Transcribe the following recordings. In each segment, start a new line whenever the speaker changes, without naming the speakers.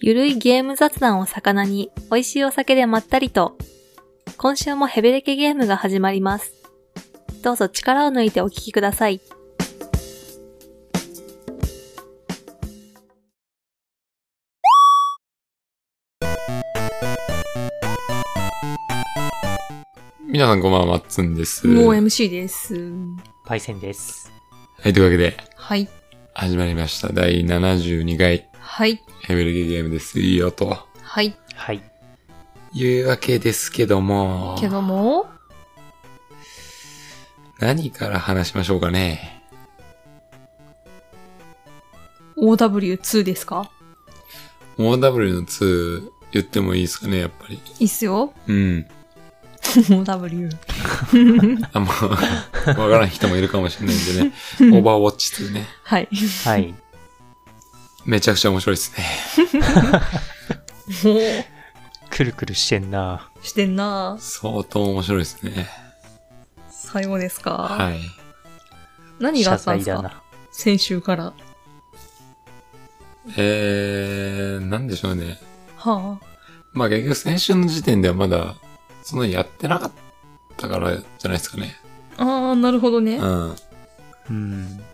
ゆるいゲーム雑談を魚に、美味しいお酒でまったりと。今週もヘベレケゲームが始まります。どうぞ力を抜いてお聞きください。
皆さんこんばんは、まっつんです。
もう
は
MC です。
パイセンです。
い、というわけで、
はい。
始まりました。第72回、
はい。
ヘベルゲゲームですよ、と
はい。
はい。
いうわけですけども、
けども、
何から話しましょうかね。
OW2 ですか
OW の2言ってもいいですかね、やっぱり。
いいっすよ。
うん。
OW。
あんま、 わからん人もいるかもしれないんでね。オーバーウォッチ2ね。
はい。
はい。
めちゃくちゃ面白いですね。
もう、
くるくるしてんな。
してんな
相当面白いですね。
最後ですか、
はい。
何があったんです
だ
か
な。
先週から。
えー、なんでしょうね。
はあ。
まあ結局先週の時点ではまだ、そんなにやってなかったからじゃないですかね。
あー、なるほどね。
うん。
うん。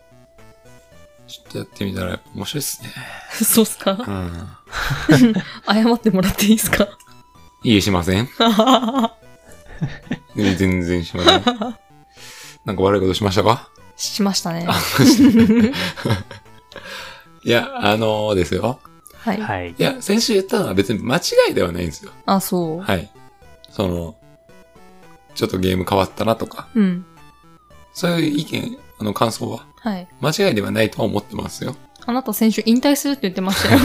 ちょっとやってみたらやっぱ面白いっすね。
そうっす
う
か
ん。
謝ってもらっていいっすか
いいえしませんいいえ全然しま せん。なんか悪いことしましたか
しましたね。
いや、あのー、ですよ。
はい。
はい
い。や、先週言ったのは別に間違いではないんですよ。
あ、そう。
はい。その、ちょっとゲーム変わったなとか、
うん。
そういう意見、あの感想は
はい。
間違いではないとは思ってますよ。
あなた先週引退するって言ってましたよ。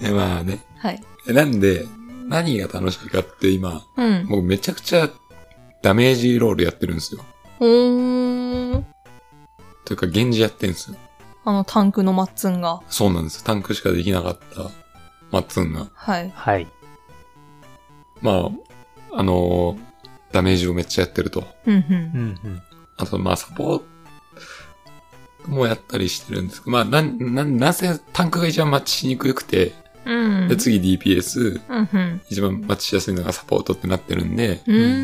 でまあね。
はい。
なんで、何が楽しいかって今、
うん。
僕めちゃくちゃダメージロールやってるんですよ。
うーん。
というか、源氏やってるんですよ。
あの、タンクのマッツンが。
そうなんです。タンクしかできなかった、マッツンが。
はい。
はい。
まあ、あのーダメージをめっちゃやってると。
うんう。
うん ん
あと、まあ、サポートもやったりしてるんですけど、まあ、なん、なん、なんせタンクが一番マッチしにくくて、
うん。
で、次 DPS、
うんうん。
一番マッチしやすいのがサポートってなってるんで、
うー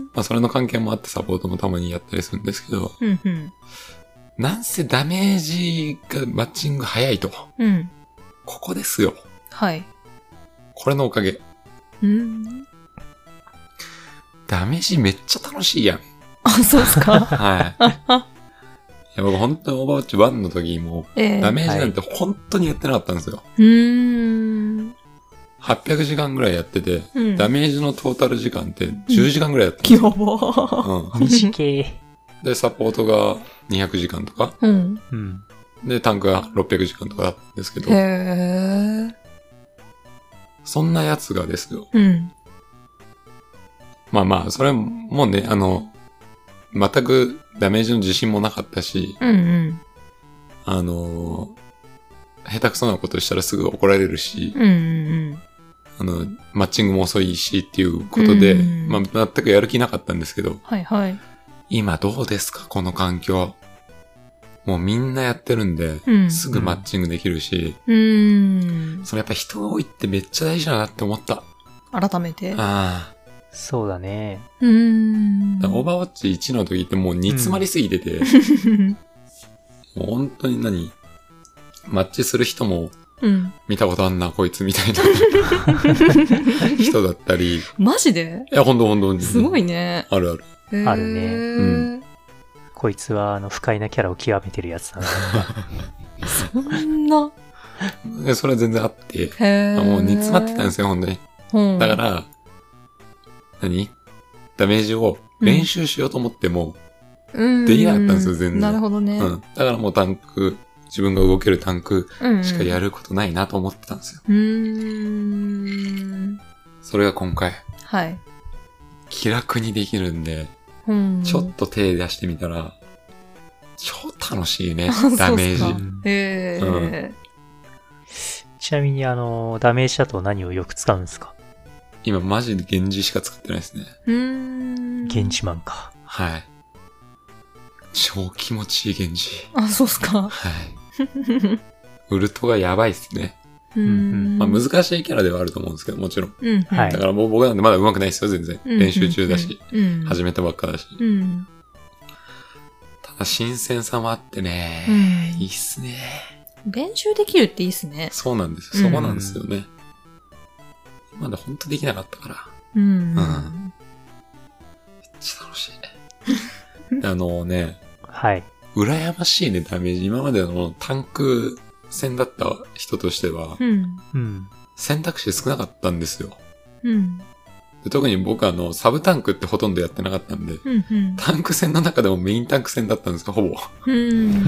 ん。
まあ、それの関係もあってサポートもたまにやったりするんですけど、
うんうん。
なんせダメージがマッチング早いと。
うん。
ここですよ。
はい。
これのおかげ。
うん。
ダメージめっちゃ楽しい やん。
あ、そうっす か。
はい。いや、僕本当にオーバーウォッチ1の時も
ええ
ダメージなんて本当にやってなかったんですよ。
うーん。
800時間ぐらいやってて、
うん。
ダ
メ。
メージのトータル時間って10時間ぐらいやったんです
や
よ。
ば。
う
うん。短い。
ん、で、サポートが200時間とか、
うん。
うん。
で、タンクが600時間とかだったんですけ
へ
ど、
え。
そんなやつがですよ。
うん。
まあまあ、それもね、あの、全くダメージの自信もなかったし、
うんうん。
あのー下手くそなことしたらすぐ怒られるし、
うんうん
あの、マッチングも遅いしっていうことで、
うん
まあ、全くやる気なかったんですけど、
はいはい。
今どうですかこの環境。もうみんなやってるんで、
うん。
すぐマッチングできるし、
うーん。
そのやっぱ人多いってめっちゃ大事だなって思った。
改めて。う
ああ。
そうだね。
ーん。
だからオーバーウォッチ1の時ってもう煮詰まりすぎてて、もう本当に何マッチする人も
うん。
見たことあんな、こいつみたいな人だったり、い
マジで
や、ほんとほんとほんと。
すごいね。
あるある。
へー
あるね
う
こいつは、あの、不快なキャラを極めてるやつだな。
そんな。
で、それは全然あって、
へえ。
あもう煮詰まってたんですすよ、本当に。
よ
だか、ら、何ダメージを練習しようと思っても、
で
できなかったんですよ全然
なるほど
う
ね
ん。。だからもうタンク、自分が動けるタンク
うん。
しかやることないなと思ってたんですよ。
うーん。
それが今回、
はい。
気楽にできるんで、
うん。
ちょっと手出してみたら、超楽しいね
あそうっ、すか
ダメージ。
へえ。
ちなみに、あの、ダメージだと何をよく使うんですか
今マジで源氏しか使ってないですね。
うーん。
現。地マンか。
はい。超気持ちいい源氏。
あ、そうっすか。
はい。ウルトがやばいっすね。
うんん。
まあ、難しいキャラではあると思うんですけど、もちろん。
うん。
はい
だからもう僕なんてまだ上手くないですよ、全然。
うん
練習中だし、
うん。
始めたばっかだし。
うん。
ただ新鮮さもあってね、いいっすね。
練習できるっていいっすね。
そうなんです
う
よ。
ん
そこなんですよね。まだほんとできなかったから、
うん。
うんめっちゃ楽し い。あのね、
はい。
羨ましいね、ダメージ。今までのタンク戦だった人としては、
うん。
うん。
選択肢少なかったんですよ。
うん。
で特に僕あの、サブタンクってほとんどやってなかったんで、
うん。うん。
タンク戦の中でもメインタンク戦だったんですよ、ほぼ。
うん。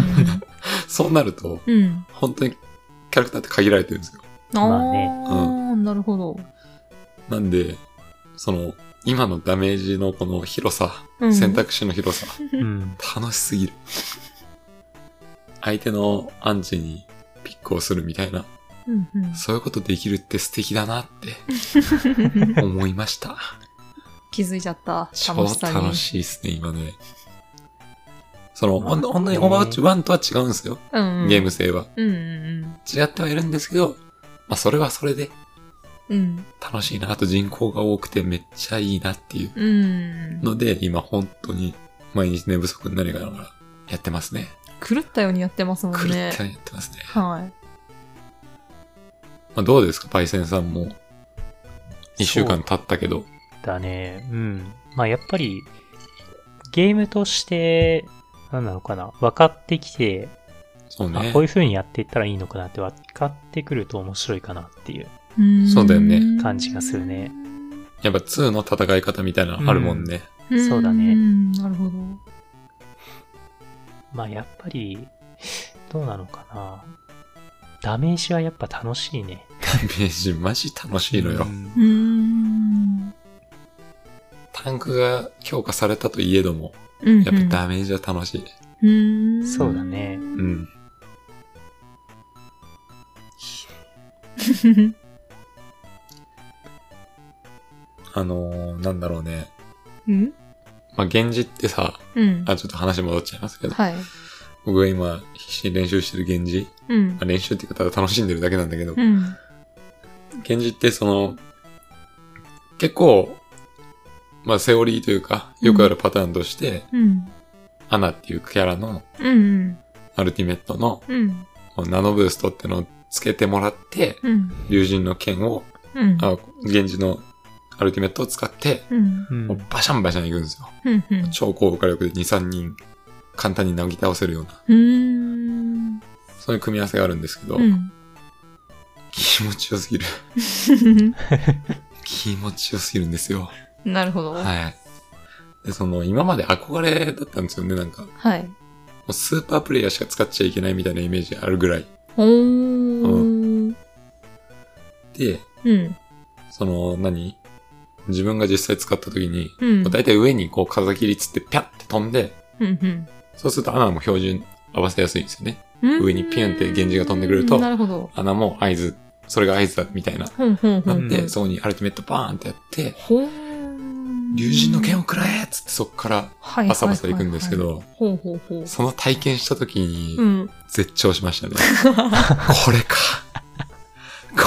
そうなると、
うん。
本当にキャラクターって限られてるんですよ。
あ
まあね
あ、なるほど。
なんで、その、今のダメージのこの広さ、
うん
選択肢の広さ、
うん。
楽しすぎる。相手のアンチにピックをするみたいな、
うん。うん
そういうことできるって素敵だなって思いました。
気づいちゃった。
超
楽しさに
楽。しいですね、今ね。その、ほんほんとにオーバーウォッチ1とは違うんですよ、
うんうん
ゲーム。性は。
うんうん
違ってはいるんですけど、まあそれはそれで
うん。うん。
楽しいな。あと人口が多くてめっちゃいいなっていう
うん。
ので、今本当に毎日寝不足になりながらやってますね。
狂ったようにやってますも
狂っ
ん
たよ
ね。
うにやってますね。
はい。
まあどうですか、パイセンさんも。一週間
そう
経ったけど。
だね。うん。まあやっぱり、ゲームとして、なんなのかな、分かってきて、
そう
あ
ね
こう。いう風にやっていったらいいのかなって分かってくると面白いかなっていう。
ん
そうだよね
感じがするね。
やっぱ2の戦い方みたいなのあるもんね。
ん
そうだね
んなるほど。
まあやっぱり、どうなのかな。ダメージはやっぱ楽しいね。
ダメージマジ楽しいのよ
う。ん
うーん。
タンクが強化されたといえども、
うん
やっぱダメージは楽しい。
うん。
そうだね。
うん。あのー、なんだろうね。
うん
まあ、源氏ってさ、
うん。
あ、ちょっと話戻っちゃいますけど、
はい。
僕が今必死に練習してる源氏、
うん
まあ、。練習っていうかただ楽しんでるだけなんだけ
う
ど、
ん。
源氏ってその、結構、まあ、セオリーというか、よくあるパターンとして、
うん。
アナっていうキャラの、
うん。
アルティメットの、
うん。
このナノブーストってのをつけてもらって、
うん。
竜神の剣を、
うん。
あ、源氏のアルティメットを使って、
うん。
う。
もうんバシャンバシャンいくんですよ。
うん。うん。
超高火力で2、3人簡単になぎ倒せるような、
うん。
そういう組み合わせがあるんですけど、
うん。
気持ちよすぎる。 気持ちよすぎるんですよ。
なるほど。はい。
はい。で、その、今まで憧れだったんですよね、なんか。もうスーパープレイヤーしか使っちゃいけないみたいなイメージあるぐらい。
おー。
で、
うん。
その、何自分が実際使った時に、
うん。
だいたい上にこう風切りつってピャッて飛んで、
うん。
そうすると穴も標準合わせやすいんですよね。
うん。
上にピュンって源氏が飛んでくると
なるほど。
穴も合図、それが合図だ、みたいな。
ほんほんほ。
なんんで、
うん
そこにアルティメットバーンってやって、
ほん。
竜神の剣をくらえっつってそこから
はい。
バサバサ行くんですけ。ど、
ほうほうほう。
その体験した時に
うん。
絶頂しま したね。これか。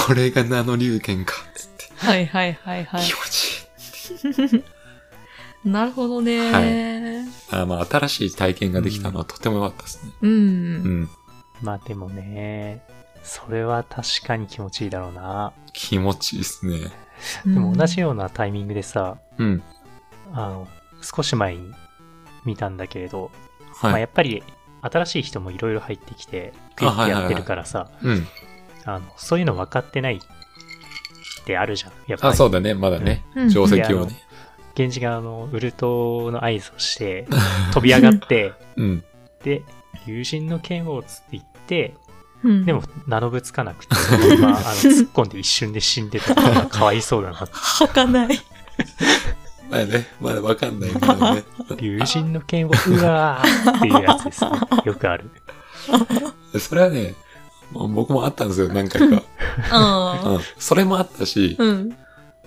これがナノ竜剣か。つって、
はいはいはいはい
気。持ち
なるほどね。
いい。あまあ、新しい体験ができたのはとても良かったですね。
う。
うんん。
まあでもね、それは確かに気持ちいいだろうな。
気持ちいいっすね。
で
でも同じ。ようなタイミングでさ、
うん。
あの、少し前に見たんだけれど、まあ
は
や
い。
っぱり新しい人もいろいろ入ってきて、クイッてやってるからさ、
うん。
あの、そういうの分かってないってあるじゃん。やっぱ
あ、
り。
そうだね。まだね。
うん
定石をね。
源氏があの、ウルトの合図をして、飛び上 がって、
うん。
で、友人の剣をつって言って、
うん。
でも、名のぶつかなくて、そのままあの突っ込んで一瞬で死んでたから、かわいそうだな。
吐かない。
まだね。まだわかんないか らね。
友人の剣を、うわーっていうやつですね。よくある。
それはね、もう僕もあったんですよ。何回か。
あ
うん。それもあったし
あ。、うん。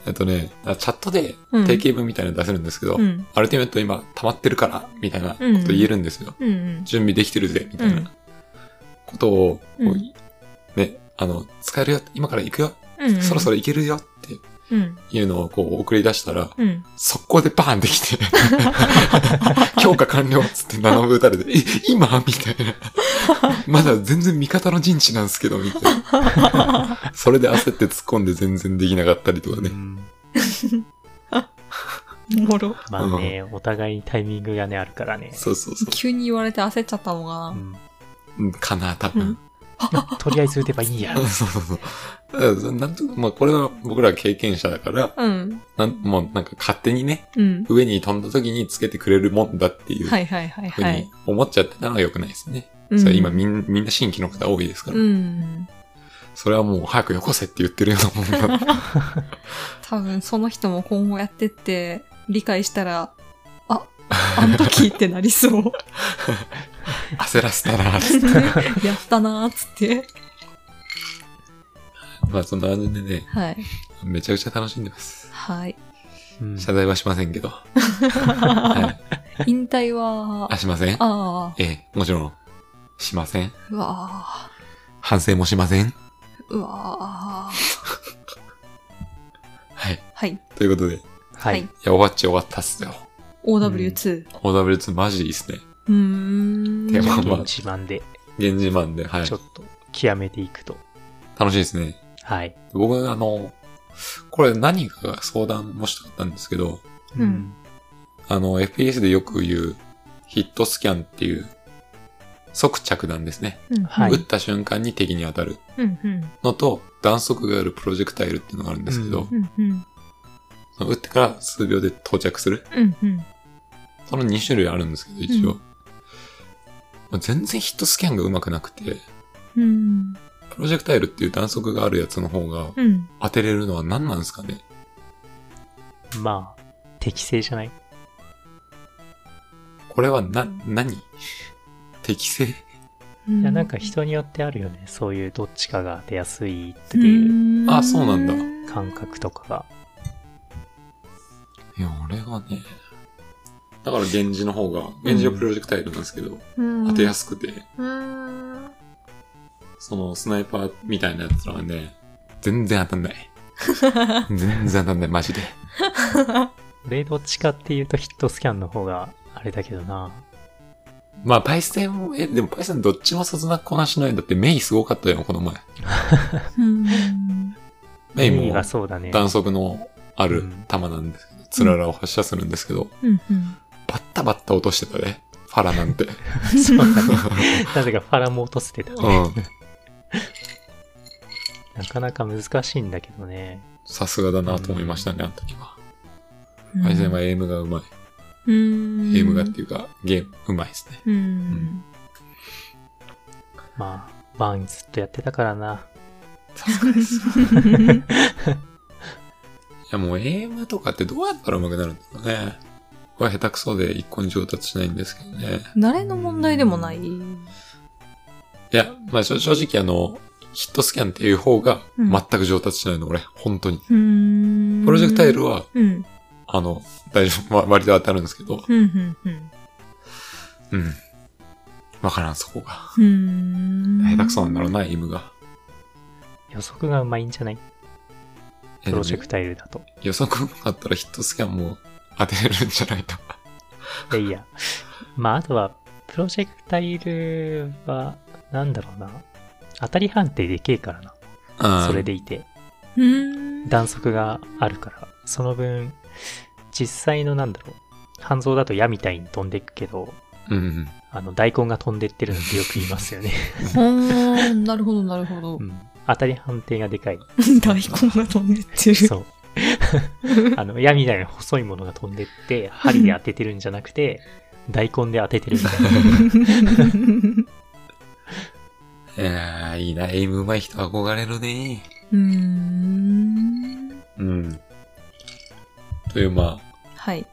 えっとね、チャットで
うん
定型文みたいなの出せるんですけど、
うん。
アルティメット今溜まってるから、みたいなこと言えるんですよ。
うん。
準備できてるぜ、みたい
うん
なことを、こう
うん
ね、あの、使えるよ、今から行くよ、
うん。
そろそ
ろ。
ろ行けるよって
うん。
いうのをこう送り出したら、
うん。
速攻でバーンってきて、 強化完了っつって斜め打たれて、え、今みたいな。まだ全然味方の陣地なんですけど、みたいな。それで焦って突っ込んで全然できなかったりとかね
う。ん
おもろ。
まあね、お互いにタイミングがね、あるからね。
そうそうそ
急に言われて焦っちゃったのか
う
な。
ん
ううん。かな、多分。
とりあえず打てばい いや。
そうそうそう。だからそなんとまあこれは僕ら経験者だから、
うん。
なんもうなんか勝手にね、
うん。
上に飛んだ時につけてくれるもんだっていう
はいはいはい
ふう
はい
に。思っちゃってたのは良くないですね。
うん
それ今みんみんな新規の方多いですから、
うん。
それはもう早くよこせって言ってるようなもんだ。
多分その人も今後やってって理解したら、あ、あの時ってなりそう。
焦らせたなつって
やったなーっつって。
まあそんな感じでね、
はい。
めちゃくちゃ楽しんでます。
はい。
うん
謝罪はしませんけ ど。はい、
引退は、
あ、しません
ああ、
ええ、もちろん。しません。
うわ
反省もしません。
ーうわー
はい。
はい。
ということで、い
はい。
や、終わっちゃ終わったっすよ。
OW2。
OW2 マジいいっすね。
うーん。
で
じ
も
ゃあ、
まあ
現地版で、
現地版で、はい
ちょ。っと、極めていくと。
楽しいですね。
はい。
僕はあの、これ何かが相談もしたかったんですけど、
うん
あの、FPS でよく言うヒットスキャンっていう即着弾ですね。
うん
はい
撃った瞬間に敵に当たる
うんうん
のと、弾速があるプロジェクタイルっていうのがあるんですけど、
うん
うんうん
その撃ってから数秒で到着する。
うんうん
その2種類あるんですけど、一応。
う
まあ全然ヒットスキャンがうまくなくて、
うん
プロジェクタイルっていう弾速があるやつの方が
うん
当てれるのは何なんですかね
まあ、適正じゃない
これはな、何適正
うん
いや、なんか人によってあるよね。そういうどっちかが出やすいって
う
いう
ーん
あそうなんだ
感覚とかが。
いや、俺はね、だから源氏の方が、源氏はプロジェクタイルなんですけど、当てやすくて、
うーん
そのスナイパーみたいなやつらはね、全然当たん ない。全然当たんない、マジで。
俺どっちかっていうとヒットスキャンの方があれだけどな。
まあ、パイセンも、え、でもパイセンどっちもそつなくこなしないんだって、メイすごかったよ、この前。
うん
メイ
メイ
も
が、そうだね。
弾速のあ
う
る
ん
弾なんですけど、つららを発射するんですけど、
うんうん
バッタバッタ落としてたね。ファラなん て。
そうだね。 なぜかファラも落とせてた
う
ね。
ん。
なかなか難しいんだけどね。
さすがだなと思いましたね、あの時は。
うん
パイセンはエイムがうまい。
うーん
ゲームがっていうか、ゲーム、うまいですね。
うん
まあ、バーンずっとやってたからな。
さすがです。いや、もうエイムとかってどうやったら上手くなるんだろうね。これは下手くそで一個に上達しないんですけどね。
慣れの問題でもない
いや、まあ正正直あの、ヒットスキャンっていう方が
うん
全く上達しないの、俺。本当に。
うん
プロジェクタイルは、
うん
あの、大丈夫、わ割と当たるんですけど。
うんうんうん
うん。わからん、そこが。
うーん
下手くそなんだろうな、エイムが。
予測がうまいんじゃない
え
プロジェ
で
クタイルだと。
も予測うまかったらヒットスキャンも当てれるんじゃないと。
いやいや。まあ、あとは、プロジェクタイルは、なんだろうな。当たり判定でけえからな。それでいて。
うーん
弾速があるから、その分、実際のなんだろう。半蔵だと矢みたいに飛んでいくけど、
うん。うん。
あの、大根が飛んでってるのってよく言いますよね。
うーんなるほどなるほど
うん当たり判定がでかい。
大根が飛んでってる
そう。あの、矢みたいな細いものが飛んでって、針で当ててるんじゃなくて、大根で当ててるみ たいな。
いやー、いいな、エイム上手い人憧れるね。
うーん
うん。という、まあ、
はい。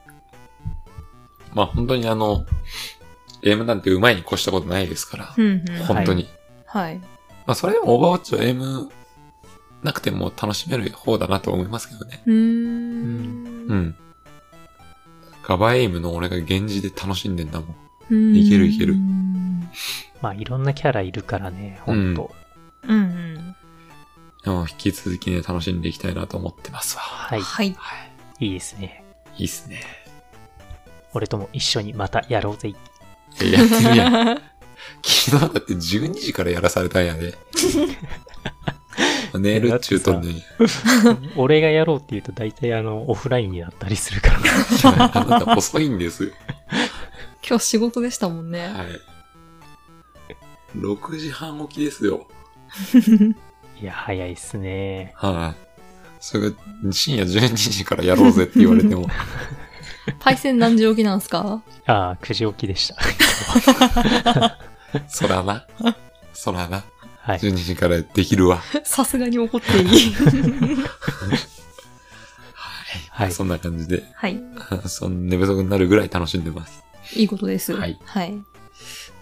まあ本当にあの、エイムなんて上手いに越したことないですから
う。んうん
本当に。
はい。
まあそれでもオーバーウォッチはエイムなくても楽しめる方だなと思いますけどね。
うー。
うんん。ガバエイムの俺が現地で楽しんでんだもん。
うん
いけるいける
うん
まあ、いろんなキャラいるからね、ほんと。
うんうん。
でも引き続きね、楽しんでいきたいなと思ってますわ。
は い。
はい。
いいですね。
いいっすね。
俺とも一緒にまたやろうぜ。
えやってるやん。 昨日だって12時からやらされたんや で。寝るっちゅうとんねん。い
俺がやろうって言うと大体あの、オフラインになったりするから。
や あなた遅いんですよ。
今日仕事でしたもんね。
はい。6時半起きですよ。
いや、早いっすね。
はい。それが深夜12時からやろうぜって言われても、
対戦何時起きなんすか
ああ、くじ起きでした。
そらな。そらな。
はい。
12時からできるわ。
さすがに怒っていい。
はい
そんな感じで、
はい。
その寝不足になるぐらい楽しんでます。
いいことです。
はい
はい。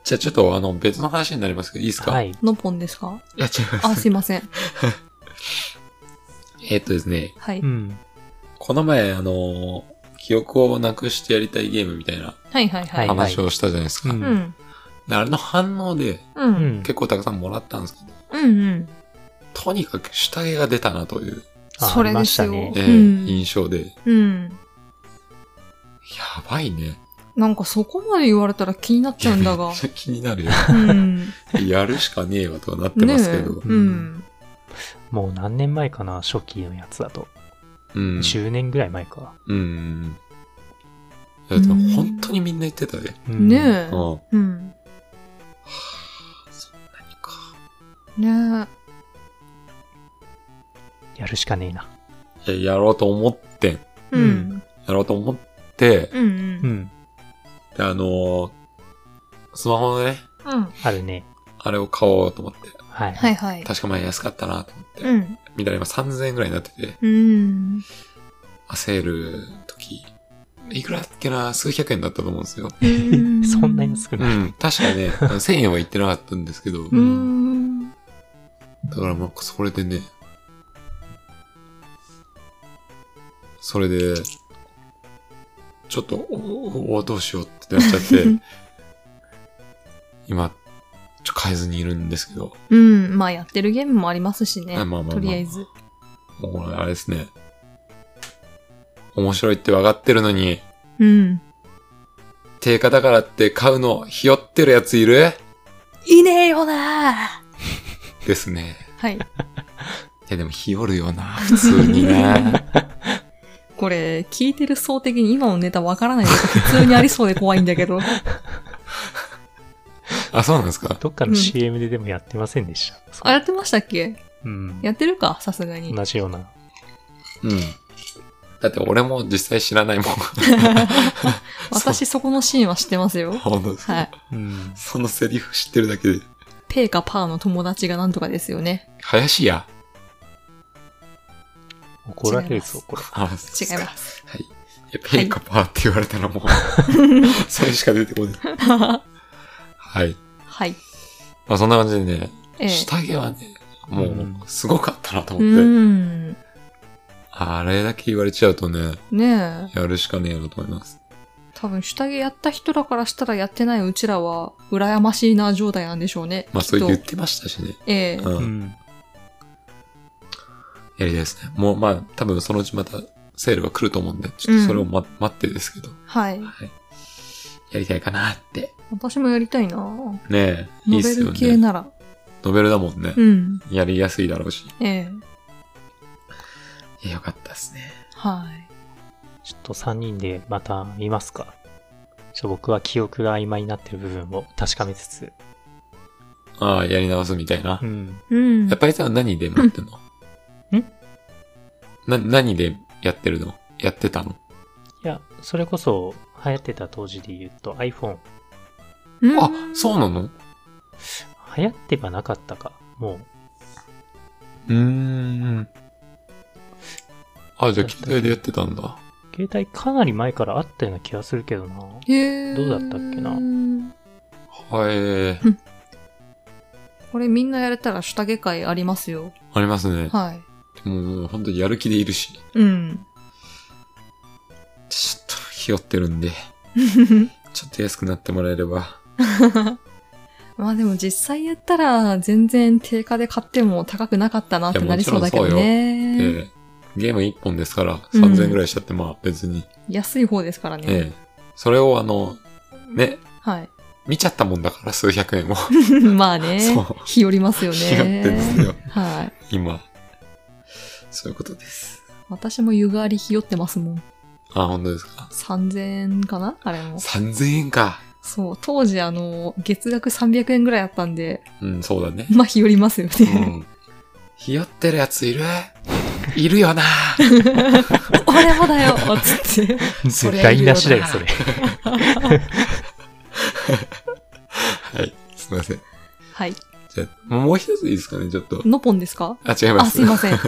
じゃあちょっとあの別の話になりますけど、いいですか。
はいい。。
のぽんですか
やっちゃいます。
あ、すいません。
えっとですね、
はいう
ん。
この前あの、記憶をなくしてやりたいゲームみたいな
はいはいはい。
はい
話をしたじゃないですか。
うん
うん。
であれの反応で
う。
うんん。
結構たくさんもらったんですけど、
うんうん。
とにかく下着が出たなという、
あ
それです
あ
よ
りまし
え
た
ー
うん
印象で、や
うん。
ばいね。
なんかそこまで言われたら気になっちゃうんだが
めっ。ちゃ気になるよ。
うん。
やるしかねえわとはなって
ね
ますけ
え。
ど。
うん。
もう何年前かな、初期のやつだと。
うん。
10年ぐらい前か。
うん。だって本当にみんな言ってたね。
うん
ね
う
え
ん。。そ
うん。
んなにか。
ね
やるしかねえな。
いや、やろうと思ってん。
え。うん。
やろうと思って、
うんう。
うんん。
であのースマホのね、
うん。
あるね。
あれを買おうと思って。
はい。
はいはい。
確か前安かったなと思って。
うん。
見たら今3000円ぐらいになってて、
うん。
焦る時、いくらだっけな、数百円だったと思うんですよ。
うん
そんなに少
う
ない。
ん。確かね、あの1000円は言ってなかったんですけど、
う
だ
ん。
からまあ、それでね、それで、ちょっと、お、お、どうしようってなっちゃって、 今、ちょ、変えずにいるんですけど、
うん。まあやってるゲームもありますしね
あ。まあまあまあ
とりあえず。
もうこれあれですね。面白いって分かってるのに、
うん。
定価だからって買うの、ひよってるやついる
いねえよな
ですね。
はい。
いやでもひよるよな、普通に ね。
これ、聞いてる層的に今のネタわ からないけど、普通にありそうで怖いんだけど。
あ、そうなんですか
どっか
う
の
ん
CM ででもやってませんでした。そう
あ、やってましたっけ
うん。
やってるかさすがに。
同じような。
うん。だって俺も実際知らないもん。
私そこのシーンは知ってますよ。
本当ですか
はい。
うん。
そのセリフ知ってるだけで。
ペーかパーの友達がなんとかですよ ね。
林家
怒られるぞ、
違
これ。
あ、
違
違
います。
す。はい。いや、ペイカパーって言われたらもう、 それしか出てこない。はい。
はい。
まあそんな感じでね、
ええ。
下着はね、も
うん
う、すごかったなと
うー
思って。
ん。
あれだけ言われちゃうとね、
ねえ。
やるしかねえなと思います。
多分下着やった人らからしたらやってないうちらは、羨ましいな状態なんでしょうね。
まあ
きっ
そ
と
れ言ってましたしね。
ええ。
う。
うんん。
やりたいですね。もうまあ、多分そのうちまたセールが来ると思うんで、ちょっとそれを、ま待ってですけど、
はい。
はい。やりたいかなって。
私もやりたいなノ
ねえ、いいっ
ベ
すよ
ル系
ね。
なら。
ノベルだもんね。
うん。
やりやすいだろうし。
ええ。
いやよかったですね。
はい。
ちょっと3人でまた見ますか。ちょっと僕は記憶が曖昧になってる部分を確かめつつ。
ああ、やり直すみたいな
う。ん。
うん
やっ。ぱりさ、何で待って んの
うんん
な、何でやってるのやってたの
いや、それこそ流行ってた当時で言うと iPhone。
うん
あ、そうなのう
流行ってはなかったか。も
ーん。あ、じゃあ携帯でやってたんだ。
う、携帯かなり前からあったような気がするけどな。
へえ。
どうだったっけな
はい、
これみんなやれたら下着会ありますよ。
ありますね。
はい。
もう、もう本当にやる気でいるし。
うん。
ちょっと、ひよってるんで、ちょっと安くなってもらえれば。
まあでも実際やったら全然定価で買っても高くなかったなってなりそうだけどね。
で、ゲーム1本ですから、3000円ぐらいしちゃって、まあ別に。
安い方ですからね。
ええ。それをあの、ね、
はい。
見ちゃったもんだから、数百円を。
まあね
そう。
日和り ますよね。
日和ってんですよ
はい。
今。そういうことです。
私も湯がわり日和ってますもん。
あ、本当ですか。
3000円かなあれも。
3000円か。
そう。当時あの、月額300円ぐらいあったんで、
うん、そう だね。
まあ日和りますよ
う
ね。
ん。ひよってるやついるい るよな
俺もだよつって。それ
絶対なしだよ、それ。
はい。すいません。
はい。
じゃあ、もう一ついいですかね、ちょっと。
ノポンですか
あ、 違います。
あ、すいません。
ん。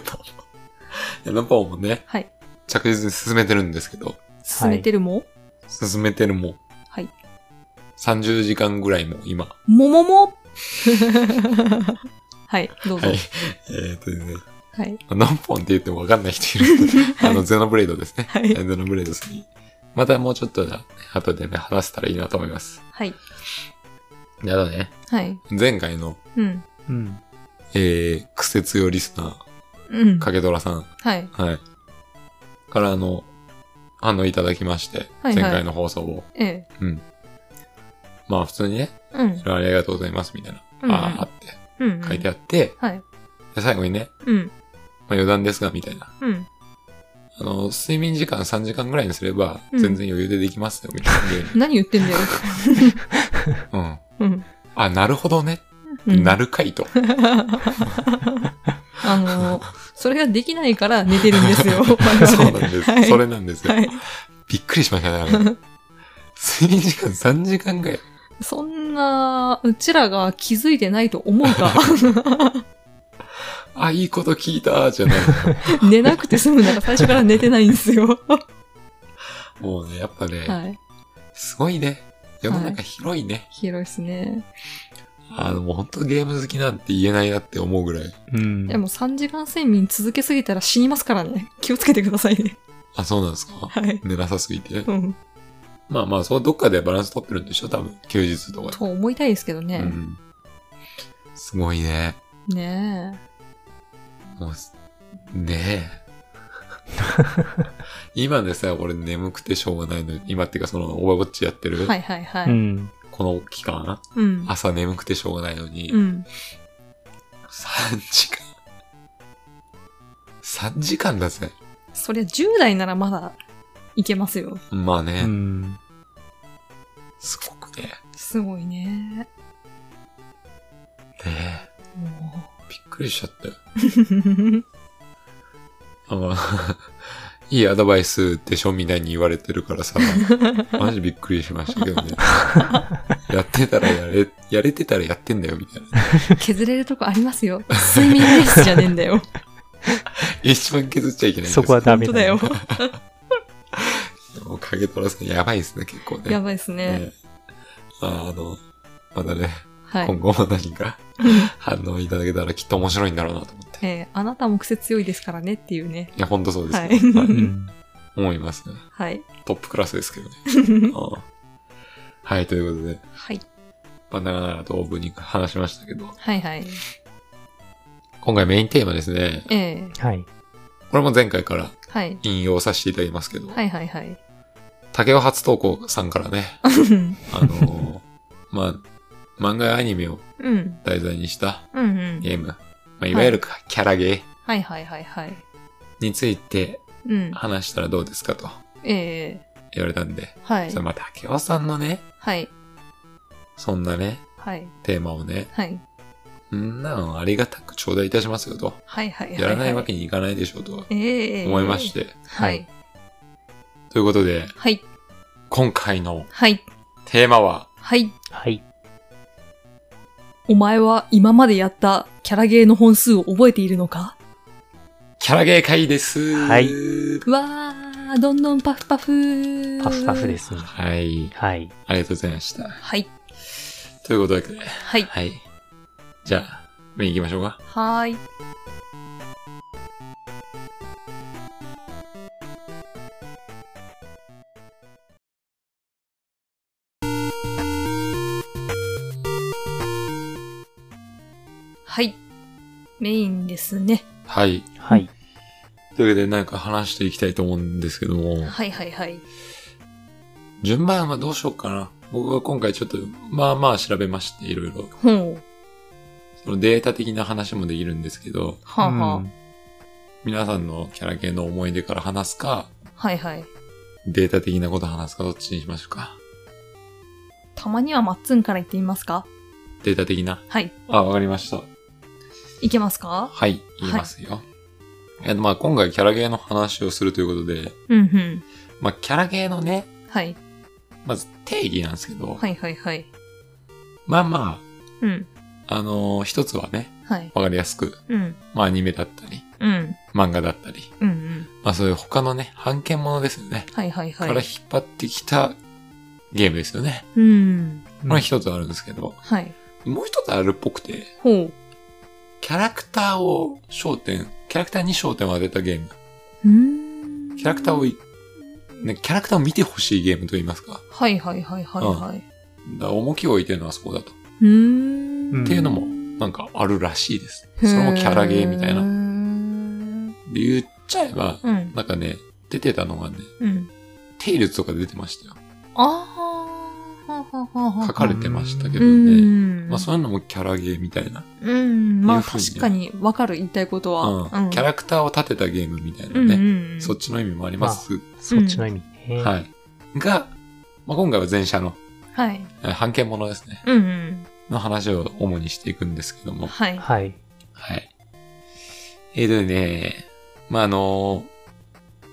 ナポンもね、
はい。
着実に進めてるんですけど、
進めてるも、
進めてるもん、
はい。
30時間ぐらいも今。
ももも はい、どうぞ。は
は
いい。。
えっとね、
はい。
何本って言っても分かんない人いる んであの、ゼノブレイドですね。
はい
ゼノブレイド3。またもうちょっとじゃあ、後でね、話せたらいいなと思います。
はい。
であとね、前回の、
うん。
うん。
えー、クセ強リスナ
うん
ー、。かけドラさん、
はい。
はい。から、あの、反応いただきまして、
はいはい
前回の放送を。
ええ。
まあ、普通にね、
うん
い。ろいろありがとうございます、みたいな、
うん
あーって
うん。
書いて
あ
あって、
る。はい。
で最後にね、
うん。
まあ、余談ですが、みたいな。
うん。
あの、睡眠時間3時間ぐらいにすれば、
うん
全然余裕でできますよ、みたいなゲー
何言ってんだよ。
ム。う
う
ん。
ん。
あ、なるほどね。
うん
なるかい と。
あの、それができないから寝てるんです よ。我々
そうなんです、
はい
それなんですよ。
はい。
びっくりしましたねあの。睡眠時間3時間ぐらい。
そんな、うちらが気づいてないと思うか。
あ、いいこと聞いた、じゃない。
寝なくて済むなら最初から寝てないんです よ。
もうね、やっぱね、
はい。
すごいね。世の中広いね。
広いですね。
あの、もうほんとゲーム好きなんて言えないなって思うぐらい。
うん。
でも3時間睡眠続けすぎたら死にますからね。気をつけてくださいね。
あ、そうなんですか
はい。
寝なさすぎて
う。ん。
まあまあ、そう、どっかでバランス取ってるんでしょ多分。休日とかで。
と思いたいですけど
う
ね。
ん。すごいね。
ねえ。
もうす、ねえ。今でさえ俺眠くてしょうがないのに、今っていうかその、オーバーウォッチやってる、
はいはいは
う
い。
ん。
この期間、
うん。
朝眠くてしょうがないのに、
うん。
3時間。3時間だぜ。
そりゃ10代ならまだいけますよ。
まあね、
うん。
すごくね。
すごいね。
ねえ
も
びっくりしちゃったよ。
う
あまあ いいアドバイスでしょみたいに言われてるか らさ、マジびっくりしましたけどね。やってたらやれ、やれてたらやってんだよ、みたいな。
削れるとこあります よ。睡眠ですじゃねえんだよ。
一番削っちゃいけないんです
そこはダ
本
メ
当だよ。。
もう影虎さんやばいですね、結構ね。
やばいですね。
ええああの、またね、
はい。
今後も何か反応いただけたらきっと面白いんだろうなと思って。
えーあなたも癖強いですからねっていうね。
いや、ほんとそうですよ、
はい
うん
はい
うん。
思いますね。
はい。
トップクラスですけどね。 ああはい、ということで、
はい。
まあ、長々とオープニング話しましたけど、
はいはい。
今回メインテーマですね。
ええ
はい。
これも前回から
はい。
引用させていただきますけど、
はいはいはい。
竹尾初投稿さんからね、あのーまあ、漫画やアニメを
うん。
題材にした
うんうん。
ゲーム、まあ、いわゆるかキャラゲ
はいはいはいはい。
ーについて
うん。
話したらどうですかと
ええ
言われたんで、
はい
そ。れまあ、竹尾さんのね、
はい。
そんなね、
はい。
テーマをね、
はい。
んなんありがたく頂戴いたしますよと、
はいはいはい。
やらないわけにいかないでしょうと
ええ
思いまし。て、
はい。
ということで、
はい。
今回の
はい。
テーマは、
はい。
はい。
お前は今までやったキャラゲーの本数を覚えているのか
キャラゲー会です。
はい
わー、どんどんパフパフ
パフパフで。すね。
はい。
はい。
ありがとうございました。
はい。
ということで、
はい。
はい。じゃあ、見に行きましょうか。
はーい。はい。メインですね。
はい。
はい。
というわけで、なんか話していきたいと思うんですけども、
はいはいはい。
順番はどうしようかな。僕は今回ちょっと、まあまあ調べまして、いろいろ。
ほう。
そのデータ的な話もできるんですけど、
はあはあ。
うん
皆さんのキャラ系の思い出から話すか、
はいはい。
データ的なこと話すか、どっちにしましょうか。
たまにはまっつんから言ってみますか
データ的な。
はい。
あ、わかりました。
いけますか
はい、言いますよ。えっとまあ今回キャラゲーの話をするということで、
うんうん。
まあキャラゲーのね、
はい。
まず定義なんですけど、
はいはいはい。
まあま
うん。
あ、あのー一つはね、
はい。
わかりやすく、
うん。
まあアニメだったり、
うん。
漫画だったり、
うんうん。
まあそういう他のね、版権ものですよね。
はいはいは
から
い。
引っ張ってきたゲームですよね。
うん。
これ一つあるんですけど、
はい。
もう一つあるっぽくて、
ほう。
キャラクターを焦点、キャラクターに焦点を当てたゲーム。
うーん。
キャラクターをい、ね、キャラクターを見てほしいゲームと言いますか。
はいはいはいはいはい。
だから重きを置いてるのはそこだと。
うーん。
っていうのも、なんかあるらしいです。それもキャラゲーみたいな
うー。ん。
で、言っちゃえば、
うん。
なんかね、出てたのがね、
うん。
テイルズとか出てましたよ。
あーはははは
書かれてましたけど
う
ね。
ん。
まあそういうのもキャラゲーみたいな。
うん。ま
い
あ
うふうに
確かにわかる言いたいことは。
うん。キャラクターを立てたゲームみたいな
うん
ね。
うんうん、
そっちの意味もあります。
そっちの意味ね。。
はいい。が、まあ今回は前者の、
はい。
えー版権ものですね。
うんうん。
の話を主にしていくんですけども。
はい。
はい。
はい。えーとね、まあ、あの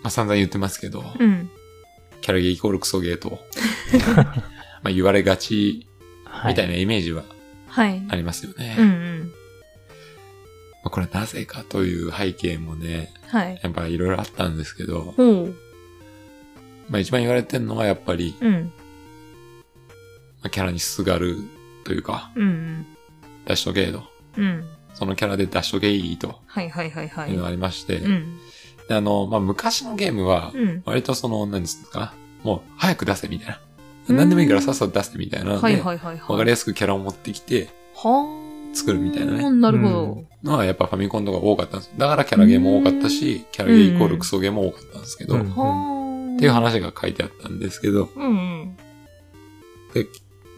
まあ、散々言ってますけど、
うん。
キャラゲーイコールクソゲーと、まあ、言われがち
は
みた
い。
いなイメージは
はい。
ありますよね。
うんう
ま
ん。
あ、これはなぜかという背景もね、
はい。
やっぱいろいろあったんですけど、
ほう。
まあ、一番言われてるのはやっぱり、
うん。
まあ、キャラにすがるというか、
うん
出しとけと。
うん。うん。
そのキャラで出しとけいいと
はいはいはいはいい。
うのがありまして、
うん。
であの、まあ、昔のゲームは、
うん。
割とその、何ですか、もう早く出せみたいな。
うん
何でもいいからさっさと出せみたいなので。
はいはいはいはい。
わかりやすくキャラを持ってきて、
はあ。
作るみたいなね
うんなるほど。
のはやっぱファミコンとか多かったんです。だからキャラゲーも多かったし、キャラゲーイコールクソゲーも多かったんですけど、
うん
っ
はあ。
ていう。話が書いてあったんですけど、
うん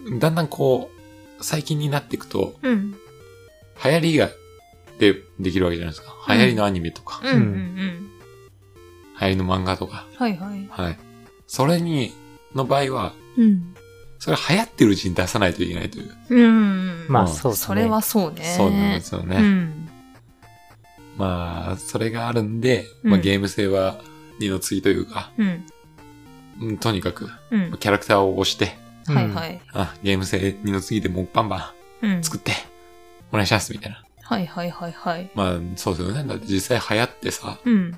うん。
だんだんこう、最近になっていくと、
うん。
流行りがでできるわけじゃないですか。
うん
流行りのアニメとか、
うんうんうん。
流行りの漫画とか。
はいはい。
はい。それに、の場合は、
うん。
それ流行ってるうちに出さないといけないという。
うん。
う
まあ、
ん
そうですね。
それはそうね。
そうなんですよね。
うん。
まあ、それがあるんで、
うん
まあ、ゲーム性は二の次というか、
うん。
うん、とにかく、
うん。
キャラクターを押して、
うん。
はいはい。
あ、ゲーム性二の次でもうバンバ
うん
ン。作って、お願いします、みたいな。
はいはいはいはい。
まあ、そうですよね。だって実際流行ってさ、
うん。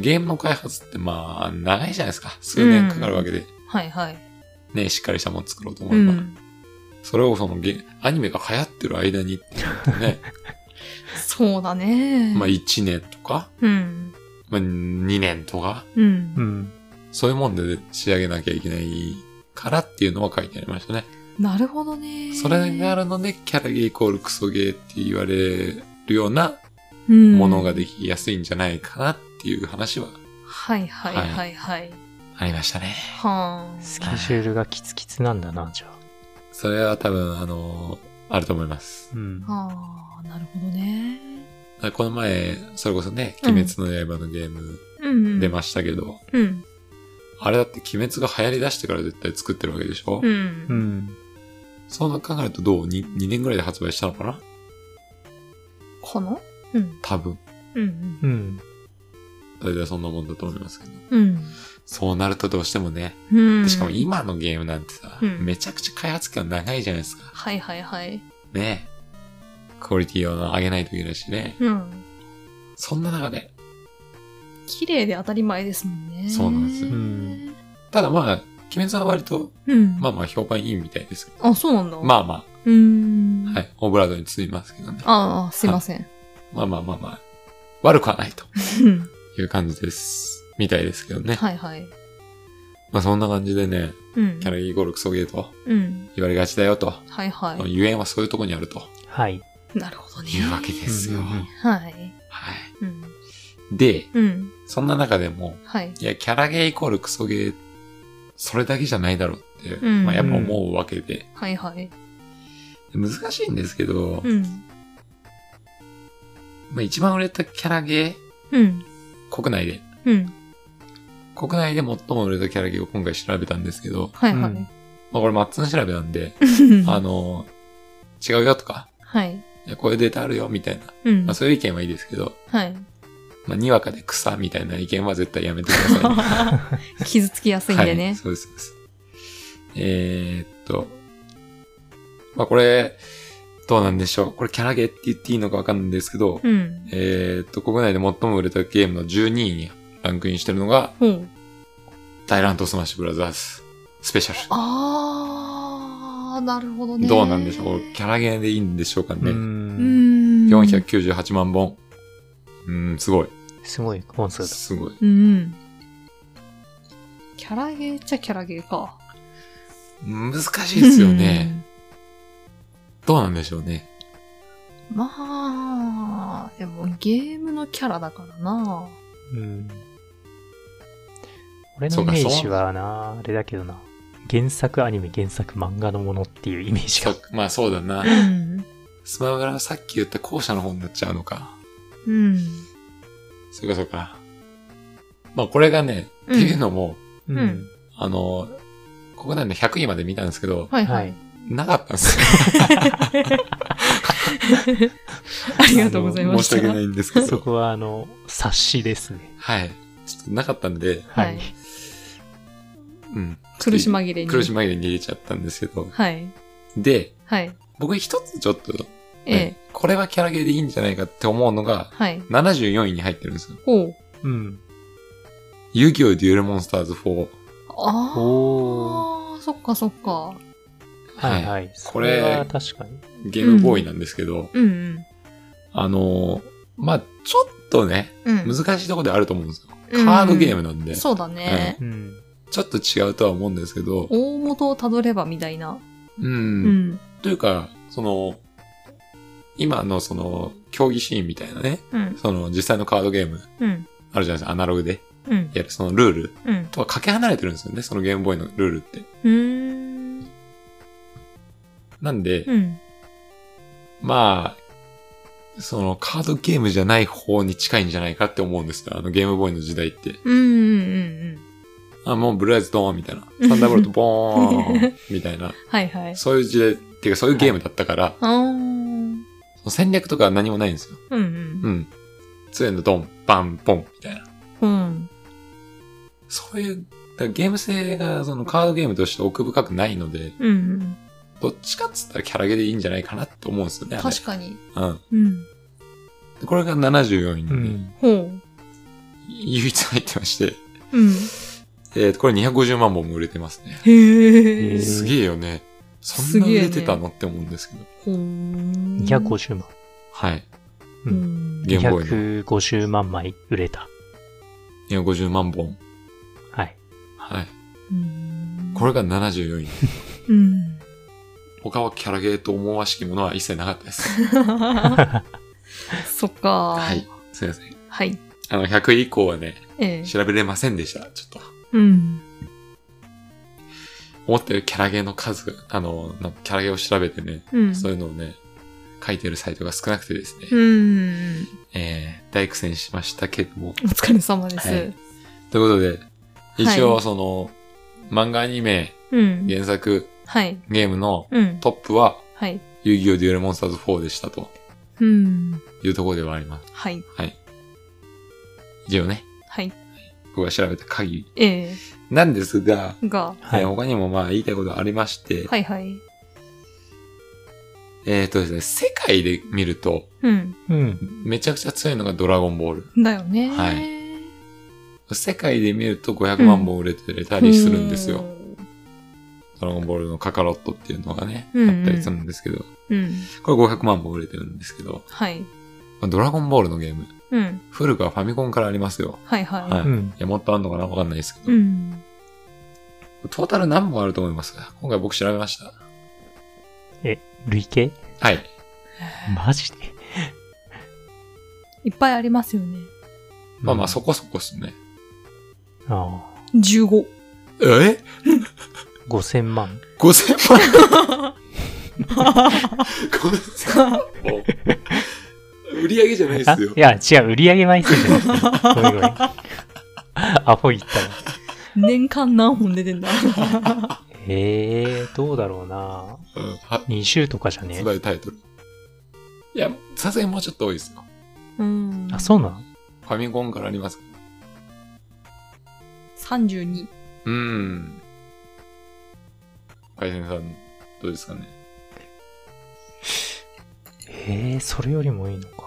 ゲームの開発ってまあ、長いじゃないですか。数年かかるわけで、
はいはい。
ね、しっかりしたもの作ろうと思
う
えば。
ん。
それをそのゲ、アニメが流行ってる間にってなるとね、
そうだね。
まあ1年とか、
うん。
まあ2年とか、
う。
うんん。
そういうもんで仕上げなきゃいけないからっていうのは書いてありましたね。
なるほどね。
それがあるので、キャラゲーイコールクソゲーって言われるようなも
も
のができやすいんじゃないかなっていう話は
はいはいはいはい。
ありましたね。
は
スケジュールがキツキツなんだな、じゃあ。
それは多分、あの、あると思います。
うん
あ。。はあ、なるほどね。
この前、それこそね、
うん
鬼滅の刃のゲーム
うんうん。
出ましたけど、
うん。
あれだって鬼滅が流行り出してから絶対作ってるわけでしょ、
う。
うんん。
そう考えるとどう 2, 年ぐらいで発売したのかな
かなうん。
多分。
うん
うん。
大体そんなもんだと思いますけど。
うん。
そうなるとどうしてもね、
うん。
でしかも。今のゲームなんてさ、
うん
めちゃくちゃ開発期間長いじゃないですか。
はいはいはい。
ねえ。クオリティを上げないといけないしね。
うん。
そんな中で、
綺麗で当たり前ですもんね。
そうなんですよ
うん
ただまあ、鬼滅は割と、
うん。
まあまあ評判いいみたいですけ
あ、そうなんだ。
ど。まあま
うーん。。
あ、はいい。オブラートに包みますけどね。
ああ、すいません。
まあまあまあまあ、悪くはないと
うん
いう感じです。みたいですけどね。
はいはい。
まあそんな感じでね、
うん
キャ。ラギーゴルクソゲーと
うん。
言われがちだよと。
はいはい。
ゆえんはそういうとこにあると。
はい。
なるほどね。
いうわけですよ。
うんうんうん
はい。
はい。
うん。
で、
うん。
そんな中でも、
はい。
いや、キャラゲーイコールクソゲー、それだけじゃないだろうって、
うん
まあやっぱ思うわけで、
はいはい。
難しいんですけど、
うん。
まあ一番売れたキャラゲ
うん。
ー、国内で、
うん。
国内で最も売れたキャラゲーを今回調べたんですけど、
はいは
う
い
ん。
まあこれマッツン調べなんで、
うん
あの、違うよとか、
はい。
いやこういうデータあるよみたいな、
うん
まあ。そういう意見はいいですけど、
はい。
まあにわかで草みたいな意見は絶対やめてください。
傷つきやすいんで
はい、
ね。
そうです、そうです。えーっと。まあ、これ、どうなんでしょう。これキャラゲーって言っていいのかわかんないんですけど、
うん。
えーっと、国内で最も売れたゲームの12位にランクインしてるのが、
ほう。
大乱闘スマッシュブラザーズスペシャル。
あー、なるほどね。
どうなんでしょう。キャラゲーでいいんでしょうか
う。
ね。
うんん。。
498万本。うん、すごい。
すごい本数だ。
すごい。
うん。キャラゲーっちゃキャラゲーか。
難しいですよね。どうなんでしょうね。
うん。まあ、でもゲームのキャラだからな。
うん。俺
そ
の
う
イ
か
メージはな、あれだけどな、原作アニメ、原作漫画のものっていうイメージが。
そまあ、そうだな
う。ん。
スマブラはさっき言った後者の方になっちゃうのか。
うん。
そうかそうか。まあこれがね、
うん
っていうのも、
うんん。
あの、国内の100位まで見たんですけど、
はいは
はいい。
なかったんですよ。
ありがとうございまし
あの申し訳
た
な。いんですけ
そ
ど。
こは、あの、冊子ですね。
はい。ちょっとなかったんで、
はい。
うん。
苦し紛れに。
苦し紛れに入れちゃったんですけど。
はい。
で、
はい。
僕一つちょっと、
ええ。
これはキャラゲーでいいんじゃないかって思うのが、
はい。
74位に入ってるんですよ。
ほう。
うん。
遊戯王デュエルモンスターズ4。
あー。
おー。
あーそっかそっか。
はいはい。そ
これ
れは確かに。
ゲームボーイなんですけど、
うんうん。
あのー、まあちょっとね、
うん。
難しいとこであると思うんですよ。カードゲーム
ム
なんで、
そうだね。
うん。
ちょっと違うとは思うんですけど、
大元をたどればみたいな。
う。
うんん。
というか、その、今のその、競技シーンみたいなね、
うん。
その実際のカードゲーム、
うん。
あるじゃないですか、アナログで
うん。
やるそのルール
うん。
とはかけ離れてるんですよね、そのゲームボーイのルールって。
うーん。
なんで、
うん。
まあ、そのカードゲームじゃない方に近いんじゃないかって思うんですよ、あのゲームボーイの時代って。
うんうんうんうん。
あ、もうブルーアイズドーンみたいな。サンダーボルトボーンみた いな。
はいはい。
そういう時代っていうかそういうゲームだったから、
あー。うん
その戦略とかは何もないんですよ。
うん。
うん。杖のドン、バン、ポン、みたいな。
うん。
そういう、だからゲーム性がそのカードゲームとして奥深くないので、
うんうん。
どっちかっつったらキャラゲでいいんじゃないかなって思うんですよね。
確かに。
かに。うん
うん。
で。これが74位
う
に
ん。
ほう。
唯一入ってまして、
うん。
えー、これ250万本も売れてますね。
へ
え
ー。
すげえよね。そんな
すげ
売
えね
れてたのって思うんですけど。
ほう。250。
250万。
はい。
うん。
ゲームボーイの
250万枚売れた。
250万本。
はい。
はい。
うん
これが74位。
うん。
他はキャラゲーと思わしきものは一切なかったです。
そっか。
はい。。すいません。
はい。
あの、100位以降はね、
ええ。
調べれませんでした。ちょっと。
うん。
思ってるキャラゲーの数が、あの、なんかキャラゲーを調べてね、
うん。
そういうのをね、書いてるサイトが少なくてですね、
うん。
えー、大苦戦しましたけども。
お疲れ様で
は
す
い。ということで、一
は
応
い
その、漫画アニメ、
うん。
原作、
はい。
ゲームの
うん。
トップは、
はい。
遊戯王デュエルモンスターズ4でしたと
うん。
いうところではあります。
はい。
はい。以上ね、
はい。
僕が調べた限り。
ええ。
なんですが、
が。
はい
えー。他にもまあ言いたいことありまして、
はいはい。
えっ、とですね、世界で見ると、
うん。
うん。
めちゃくちゃ強いのがドラゴンボール。
だよね。
はい世界で見ると500万本売れてたりするんですよ。ドラゴンボールのカカロットっていうのがね、
うんうん
あったりするんですけど、
うん。うん。
これ500万本売れてるんですけど、
はい。
まあドラゴンボールのゲーム、
うん。
古くはファミコンからありますよ。
はいはい。
はい。
うん
いや、もっとあんのかなわかんないですけど、
うん。
トータル何本あると思いますか今回僕調べました。
え、累計
はい。
マジで。
いっぱいありますよね。
まあまあ、そこそこですね。
ああ
15。
え
5000万。
?5000 万 ?5000 万 売り上げじゃないで
あ
すよ
い。や、違う、売り上げ枚数じゃない。ごめんごめん。 アホ言ったわ。
年間何本出てん だ
ええー、どうだろうな。
うん、は
2週とかじゃね
発売タイトル。いや、さすがにもうちょっと多いですよ。
うん。
あ、そうなの
ファミコンからあります。
32。
うん。海鮮さん、どうですかね。
ええー、それよりもいいのか。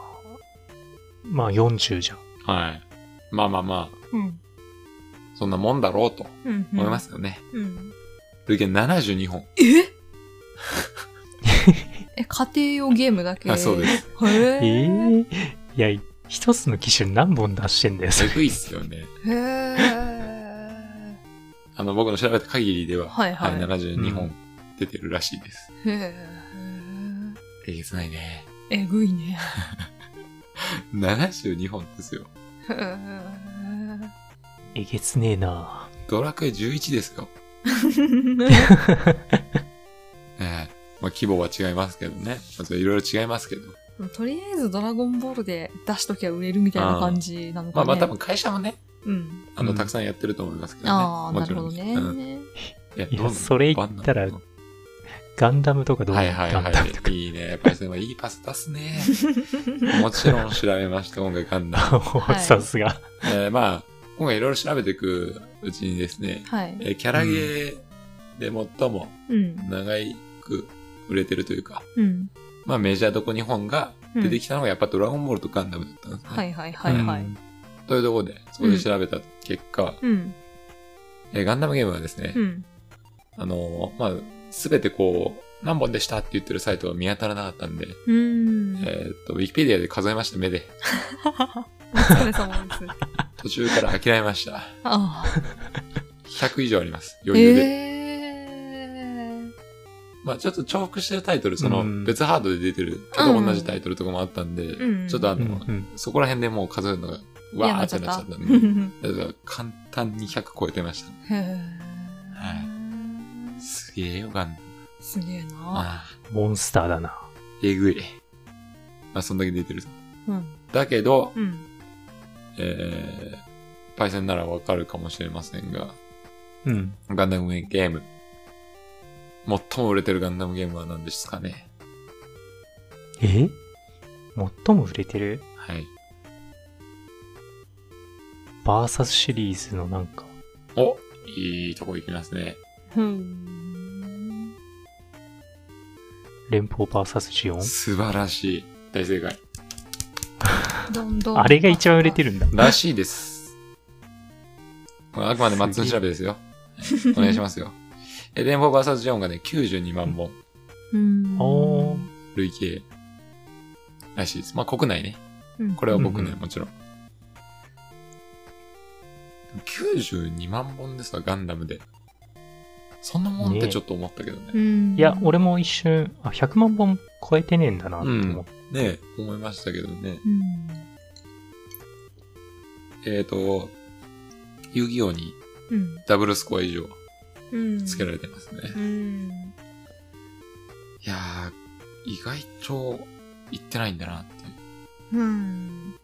まあ40じゃん。
はい。まあまあまあ、
うん。
そんなもんだろうと
うん。
思いま。すよね。
うん。
累計72本。
え え、家庭用ゲームだけ。
あ、そうですす。
へえ
ええー、いや、一つの機種何本出してんだよ、そ
え
れ。
ぐいっすよね。
へえ。
あの、僕の調べた限りでは、
はいはい
72本出てるらしいです。
へえ。
えげつないね。
えぐいね。
72本ですよ。
へえ。
えげつねえな。
ドラクエ11ですよ。ええまあ、規模は違いますけどね。まあいろいろ違いますけど。
とりあえずドラゴンボールで出しときゃ売れるみたいな感じなの
ま
か
あ
ね。
まあ多分会社もね、
うん。
あの、
うん
たくさんやってると思いますけどね。
ああ、
も
な
ち
る
ろ
ほ
ん
どね。
うんいや
いや
どうなの
それ言ったら
どうなの
ガンダムとかどう
は
だ
いはい
ガンダムと
は
か。
い。いいね。パイセンはいいパス出 すね。もちろん調べました、今回ガンダム。
い
さすが。
えーまあ、今回いろいろ調べていくうちにですね、
はい。
えーキャラゲーで最も
うん。
長く売れてるというか、
うん。
まあメジャーどこ日本が出てきたのがやっぱドラゴンボールとガンダムだったんですね。
はいはいはいはい。
というところで、そこで調べた結果、
うん。
えーガンダムゲームはですね、
うん。
あのーまあ、すべてこう、何本でしたって言ってるサイトは見当たらなかったんで、
うん。
えーっと、ウィキペディアで数えました目で、
お疲れ様です。
途中から諦めました。
ああ。
100以上あります。余裕で。
ええ。
まあちょっと重複してるタイトル、そうの
ん
別ハードで出てるけど同じタイトルとかもあったんで、
うん
ちょっとあ
うんう
の、
ん。
そこら辺でもう数えるのが、わーってなっちゃったんで、
へ
だから簡単に100超えてましたね。
え。
すげえよ、ガンダム。
すげえな。
ああ、
モンスターだな。
えぐい。まあそんだけ出てると。
うん。
だけど、
うん。
えー、パイセンならわかるかもしれませんが、
うん。
ガンダムゲーム。最も売れてるガンダムゲームは何ですかね。
え最も売れてる
はい。
バーサスシリーズのなんか、
おいいとこ行きますね。
うん。
連邦バーサスジオン
素晴らしい。大正解。
どんどん。
あれが一番売れてるんだ。
らしい です。これあくまでマッツン調べですよ。お願いしますよ。え、電報バーサスジオンがね、92万本、
うん。
おー。
累計、らしいです。まあ、国内ね。
うん
これは僕
うん
ね、
うん
もちろん。92万本ですわ、ガンダムで。そんなもんって
ねえ
ちょっと思ったけどね。
うん。
いや、俺も一瞬、あ、100万本超えてねえんだなって思って。
ねえ、思いましたけどね。
うん。
えっ、と、遊戯王に
うん。
ダブルスコア以上
うん。
つけられてますね。
うん。
いやー、意外と行ってないんだなっていう。
うん。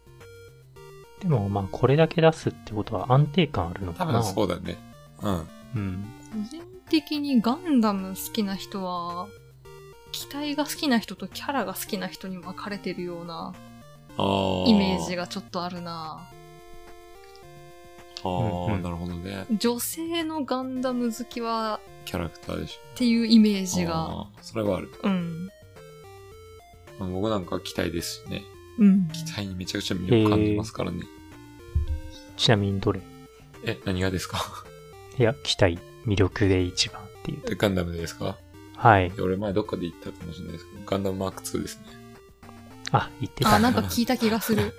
でも、まあ、これだけ出すってことは安定感あるの
多
かな。
分そうだね。うん。
うん。
個人的にガンダム好きな人は、機体が好きな人とキャラが好きな人に分かれてるような
あ
イメージ
が。
がちょっとあるな
あ
うん
ー
うん
なるほどね。
女性のガンダム好きは
キャラクターでしょ。
っていうイメージが。
あー。それはある。
うん。
僕なんか期待ですしね。
うん。
期待にめちゃくちゃ魅力感じますからね。
ちなみにどれ
え、何がですか
いや、期待、魅力で一番っていう。
えガンダムですか
はい
い。や俺前どっかで言ったかもしれないですけど、ガンダムマーク2ですね。
あ、言って
あ、
た
な
な。
んか聞いた気がす る。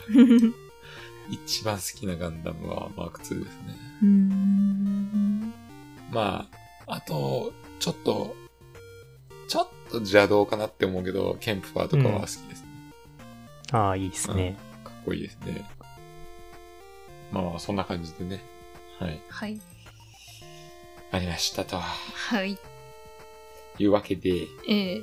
一番好きなガンダムはマーク2ですね。
うん。
まあ、あと、ちょっと、ちょっと邪道かなって思うけど、ケンプファーとかは好きですね。
ああ、いいですね。
かっこいいですね。まあまあ、そんな感じでね。はい。
はい。
ありましたと。
はい。
いうわけで、
ええ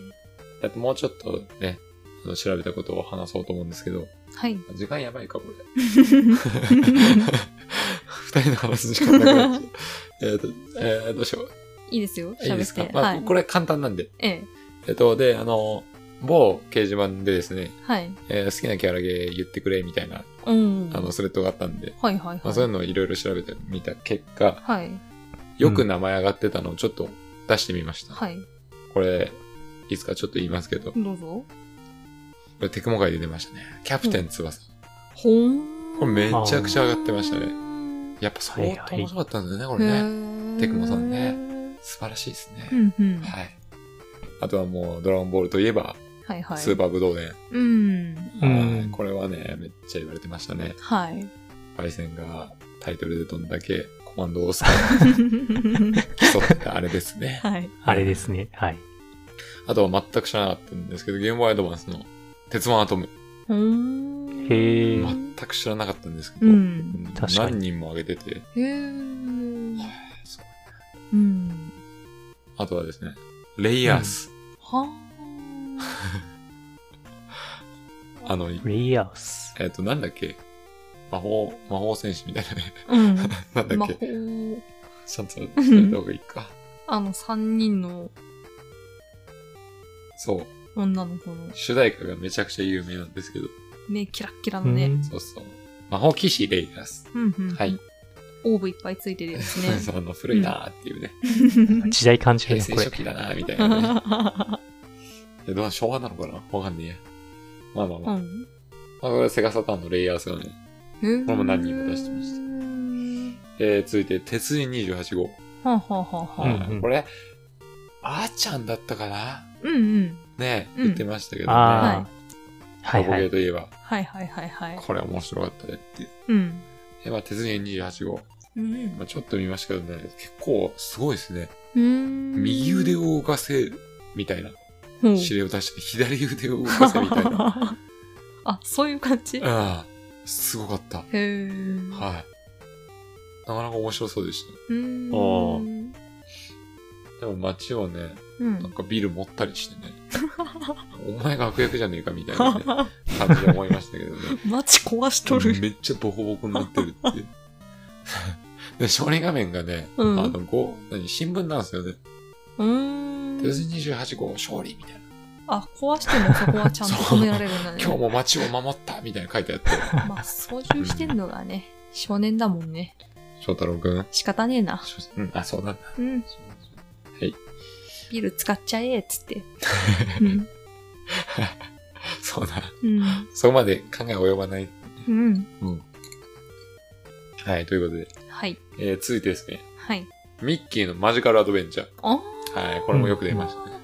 だってもうちょっとね、あの調べたことを話そうと思うんですけど、
はい。
時間やばいか、これ。 二人の話す時間な くなっちゃう。えーと、えーどうしよう。
いいですよ。
いいで
喋
す
っ
か
て。。
ま
は
あ、
い。
これ簡単なんで。
ええ
えっと、で、あの、某掲示板でですね、
はい。
えー好きなキャラゲー言ってくれみたいな、
うん。
あの、スレッドがあったんで、
はいはい
まあ、そ
は
ういう
い。
のをいろいろ調べてみた結果、
はい。
よく名前上がってたのをちょっと出してみました。
はい。
これ、いつかちょっと言いますけど、こ
どうぞ。
れテクモ界で出ましたね。キャプテン翼。
ほーん。
これめ
っ
ちゃくちゃ上がってましたね。
ね。
やっぱ相当面白かったんだよね、こ
へ
れね。
ー
テクモさんね。素晴らしいですね。
うんうん。
はい。あとはもう、ドラゴンボールといえば、
はいはい。
スーパーブドウ伝。
うん。
うん
はいこれはね、めっちゃ言われてましたね。
はい。
パイセンがタイトルでどんだけコマンドを押すか競ってたあれです ね。
はい。
あれですね。はい。
あとは全く知らなかったんですけど、ゲームボーイアドバンスの鉄腕アトム、
ほーん。
へー
全く知らなかったんですけど、
う。
うんん
確かに
何人も上げてて、
へー
すごい
うん。
あとはですね、レイヤース。
は
あの、
レイヤース。
えっ、と、なんだっけ魔法、魔法戦士みたいなね。
ーうん。
なんだ
魔
っけ
法、
ちゃんと伝えた方がいいか。
あの、三人の
そう。
女の子の
主題歌がめちゃくちゃ有名なんですけど。
目キラッキラ
う
のね。
ん
そうそう。魔法騎士レイヤース。
うんうん。
はい。。
オーブいっぱいついてるやつね。
そうあの古いなーっていうね。
時代感じる
平
ね、
成初。
これ
期だなーみたいな ね。
う
えどう昭和なのかなわかんねえや。まあまあまあ。まあ
ん。
これセガサターンのレイヤースがね。
こ。
れも何人も出してましたえー、続いて、鉄人28号。
はあ、はあはあはあ、
うんうん
これ、あーちゃんだったかな
うんうん。
ね
うん
言ってましたけどね。
ああ。は
はい
は
ゲー
い。
といえば、
はいはいはいはい。
これ面白かったねっていう。
うん。
え、まあ、鉄人28号。
うんう
ま
ん
あ、ちょっと見ましたけどね、結構すごいですね。
うーん。
右腕を動かせ、みたいな。
うん、
指令を出して、左腕を動かせ、みたいな。
あ、そういう感じへ
ああ、すごかった。はい。
ー。
なかなか面白そうでしたね。
うーん。
あでも街をね、
うん
なんかビル持ったりしてね。お前が悪役じゃねえかみたいな、 ね、感じで思いましたけどね。
マジ壊しとる。
めっちゃボコボコになってる っていう。で、勝利画面がね、
うん
あの、ご、何、新聞なんですよね。
うー
鉄
ん。
人28号勝利みたいな。
あ、壊してもそこはちゃんと褒められるんだね。
今日も街を守ったみたいな書いてあって。
まあ、操縦してんのがね、少年だもんね。
翔太郎くん。
仕方ねえな。
翔うん、あ、そうなんだ。
うん。
そうなんですよ
ビル使っちゃえ、っつ って。うん。
そうだ。
うん。
そこまで考え及ばない。
うん。
うん。はい、ということで。
はい。
えー、続いてですね。
はい。
ミッキーのマジカルアドベンチャー。
あー
はい、これもよく出ましたね。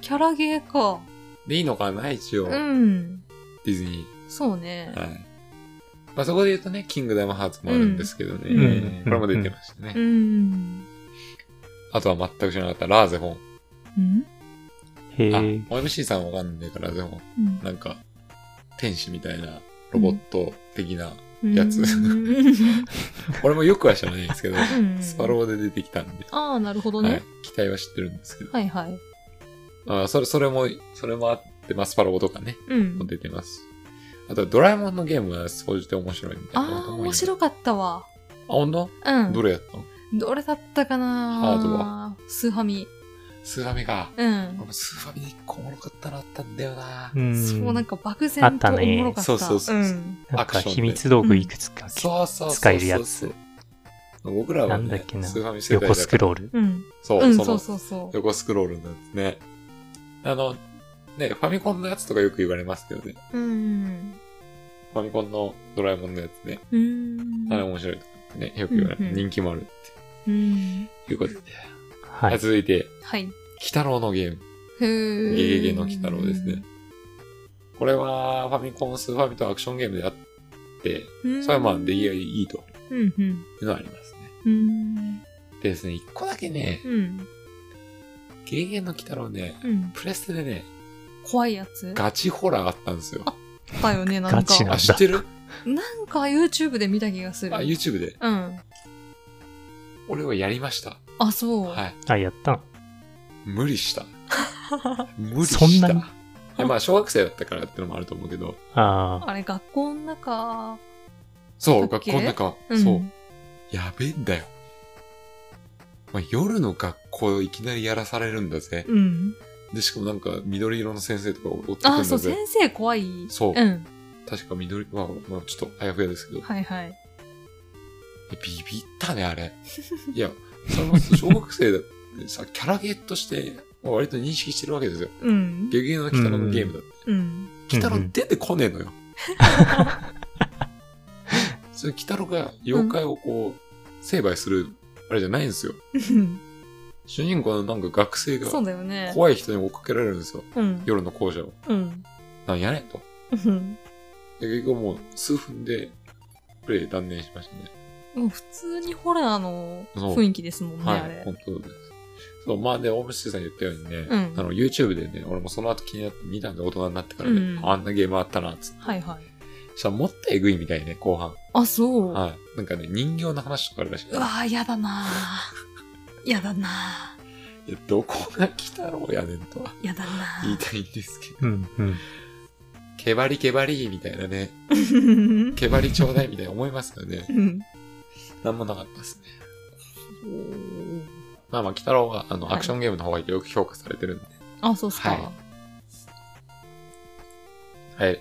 キャラゲーか。
で、いいのかな一応、
うん。
ディズニ
そうね
ー。。はい。まあ、そこで言うとね、キングダムハーツもあるんですけどね。
うん
これも出てましたね。
うん。
あとは全く知らなかった、ラーゼフォン。
うん
へ
あ
え。、
OMC さんわかんないから、でも、
うん
なんか、天使みたいな、ロボット的な。やつ
うん
俺もよくは知らないんですけど、
ん
スパローで出てきたんで、
ああ、なるほど
はい
ね。、
期待は知ってるんですけど。
はいはい。
あそれ、それも、それもあって、まあ、スパローとかね、
うん
も。出てます。あと、ドラえもんのゲームは総じて面白いみたいな
ああ、面白
い。
かったわ。
あ、本当？
うん。
どれやったの
どれだったかな
ハードは。
スーファミ。
スーファミか。
うん
俺。もスーファミで一個おもろかったのあったんだよな。
うん。
そう、なん
か、
か漠
あ
然
っ
と
た
お
ね
もろかった。
そうそうそう
うん。
なん
アク
か
ションで
秘密道具いくつか、
そうそうそうそう。
使えるやつ。
僕らは、ね、
なんだっけな
スーファミ世代だから
横スクロール。
うん。
そう、
うん、
そ
そう
の
そうそう。
横スクロールのやつね。あの、ね、ファミコンのやつとかよく言われますけどね。
うん。
ファミコンのドラえもんのやつね。
うん。
あれ面白いとかってね、よく言われる。
うんうん
人気もあるっ
うん。
ていうことで。
は
はい
い。
続いて、
はい。
鬼太郎のゲーム。
へー
ゲゲゲの鬼太郎ですね。。これは、ファミコン、スーファミとアクションゲームであって、
うん
それはまあ出来がいいと
う
い
んうん。
うのはありますね。
うん。
でですね、一個だけね、
うん。
鬼ゲーゲンの鬼太郎ね、
うん。
プレステでね、
怖いやつ
ガチホラーあったんですよ。
だよね、なん
ガチな
か。
あ、知ってる
なんか YouTube で見た気がす
あ、
る。
YouTube で。
うん。
俺はやりました。
あ、そう。
はい。
あ、やったん。
無 理した。無理した。
そんなに
いやまあ、小学生だったからってのもあると思うけど、
あ
あれ、学校の中。
そう、
だっ
学
け
校の中、
うん
そう、やべえんだよ。まあ、夜の学校いきなりやらされるんだぜ。
うん。
で、しかもなんか緑色の先生とか追ってく
あ、
るん
そ
だ
う、先
ぜ。
生怖い。
そ
う
う
ん。
確か緑、まあ、まあ、ちょっとあやふやですけど。
はいはい。
ビビったね、あれ。いや、それも小学生だってさ、キャラゲーとして、まあ割と認識してるわけですよ。
うん。
ゲゲゲの鬼太郎のゲームだって。
うん。
うん
鬼太郎出てこねえのよ。それ鬼太郎が妖怪をこう、成敗する、あれじゃないんですよ。 主人公のなんか学生が
そうだよね。
怖い人に追っかけられるんですよ。
うん。
夜の校舎を。
うん。
なんやねんと。
うん
で結局もう数分でプレイ断念しましたね。
もう普通にホラーの
そう
雰囲気ですもんね、あ
はい、
れ。
本当です。そう、まあね、大虫さん言ったようにね、
うん
あの、YouTube でね、俺もその後気になって見たんで、大人になってからね、
うん
あんなゲームあったな、つって。
はいはい。
そしたらもっとえぐいみたいね、後半。
あ、そう。
はい。なんかね、人形の話とかあるらしい。
うわぁ、やだなぁ。やだない
や、どこが来たろうやねんとは
ぁ。やだな
言いたいんですけど。
ーうんうん。
けばりけばりみたいなね、
ぁ。
けばりちょうだいみたいな思いますよね。
うん。
なんもなかったですね。まあまあ、鬼太郎は、あの、
はい
アクションゲームの方がよく評価されてるんで。
あ、そうっす
は
か。
はい。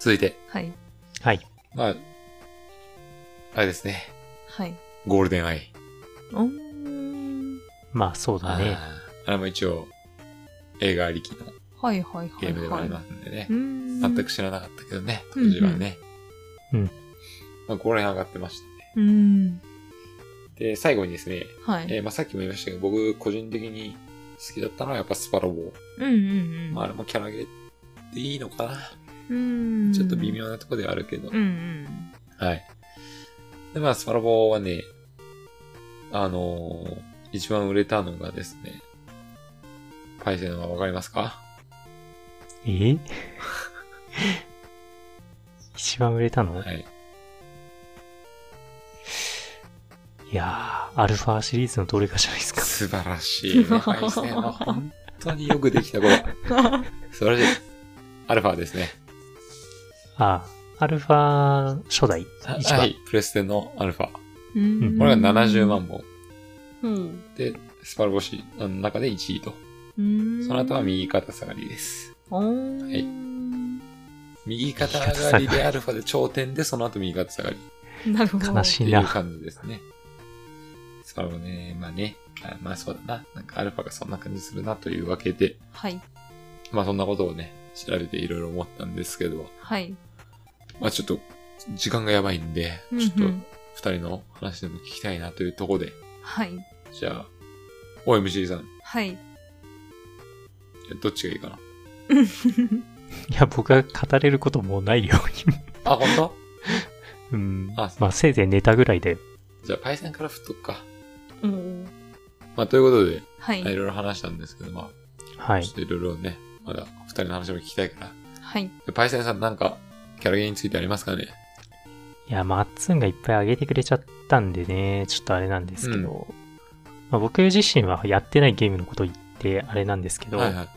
続いて、
はい。
はい。
まあ、あれですね。
はい。
ゴールデンアイ。
うーん。
まあそうだね。
あーあれも一応、映画ありきの
はいはいは
ゲ
い
ームでもあ
は
り
い。
ますんでね
う。ーん。
全く知らなかったけどね、当時はね。
うんうん
まあ、ここら辺上がってましたね。
うーん。
で、最後にですね、
はい。
えーまあ、さっきも言いましたけど、僕個人的に好きだったのはやっぱスパロボ。
うんうんうん。
まあ、あれもキャラゲーでいいのかな、
うーん。
ちょっと微。妙なとこではあるけど。
うんうん。
はい。で、まあ、スパロボはね、あのー一番売れたのがですね、パイセンはわかりますか
え ー一番売れたの、
はい。
い、やー、アルファシリーズのどれかじゃないで すか。
素晴らしい、 ね。パイセンは本当によくできた子だ。 素晴らしい。アルファですね。
ああ、アルファ初代一番。
はい。プレステのアルファ。
うーん
これが70万。本。
うん。
で、スパルボシの中で1位と。
うーん
その後は。右肩下がりです。
おー。
はい右肩上がりでアルファで頂点で、その後右肩下がり。
なるほど。
悲
って
しい
いう
な。
感じですね。スパルボね、まあね。あまあそうだな。なんかアルファがそんな感じするなというわけで、
はい。
まあそんなことをね、調べていろいろ思ったんですけど、
はい。
まあちょっと、時間がやばいんで、
うんう
ちょっと
ん
二人の話でも聞きたいなというところで、
はい。
じゃあ、OMC さん、
はい。
どっちがいいかな。
いや、僕が語れることもうないよ うに。
あ、本当？
うん。
あそう
まあせいぜいネタぐらいで。
じゃあ、パイセンから振っとくか。
おー
まあ、ということで、
はい
まあい。ろいろ話したんですけど、ま
は
あ、
い
ちょ。っといろいろね、まだ二人の話も聞きたいから。
はい。
でパイセンさん、なんか、キャラゲーについてありますかね
いや、まっつんがいっぱいあげてくれちゃったんでね、ちょっとあれなんですけど、まあ、僕自身はやってないゲームのこと言ってあれなんですけど、
はいはい。。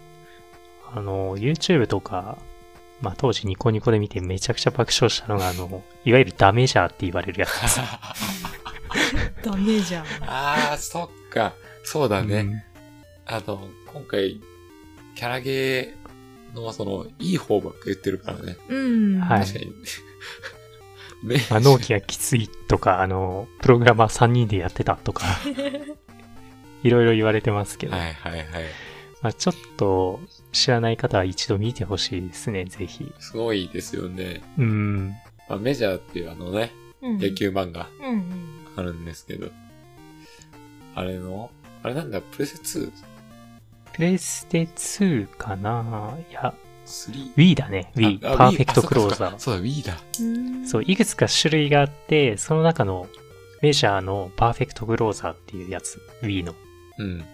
あの、YouTube とか、まあ、当時ニコニコで見てめちゃくちゃ爆笑したのが、あの、いわゆるダメージャーって言われるやつです
ダメじゃん。
あー、そっか。そうだね。あの、今回、キャラゲーの、その、いい方ばっか言ってるからね。
うん。
はい
確かに。ね
ま あ、納期がきついとか、あの、プログラマー3人でやってたとか、いろいろ言われてますけど、
はいはいはい。
まあ、ちょっと知らない方は一度見てほしいですね、ぜひ。
すごいですよね。
うん。
まあ、メジャーっていうあのね、
うん
野。球漫画
うんうん。
あるんですけど、あれの、あれなんだ、プレセ 2?
プレステ2かないや、
3?
Wii だね、Wii。
ああ
パーフェクトクローザ
あそうかそう
ー。
かそうだ、Wii だ。
そう、いくつか種類があって、その中のメジャーのパーフェクトクローザーっていうやつ、Wii の。
うん。
ま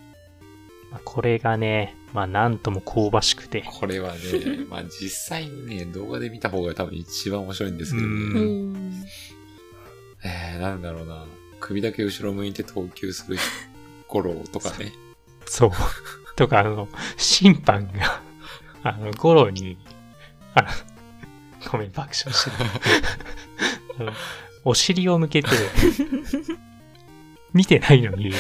まあこれがね、まあなんとも香ばしくて、
これはね、 まあ実際にね、動画で見た方が多分一番面白いんですけど
う
う
ね。
ん。
えー、なんだろうな。首だけ後ろ向いて投球する頃とか ね。
そう。とか、あの、審判が、 あの、ゴロに、あの、ごめん、爆笑 してる。あのお尻を向けて、見てないのに、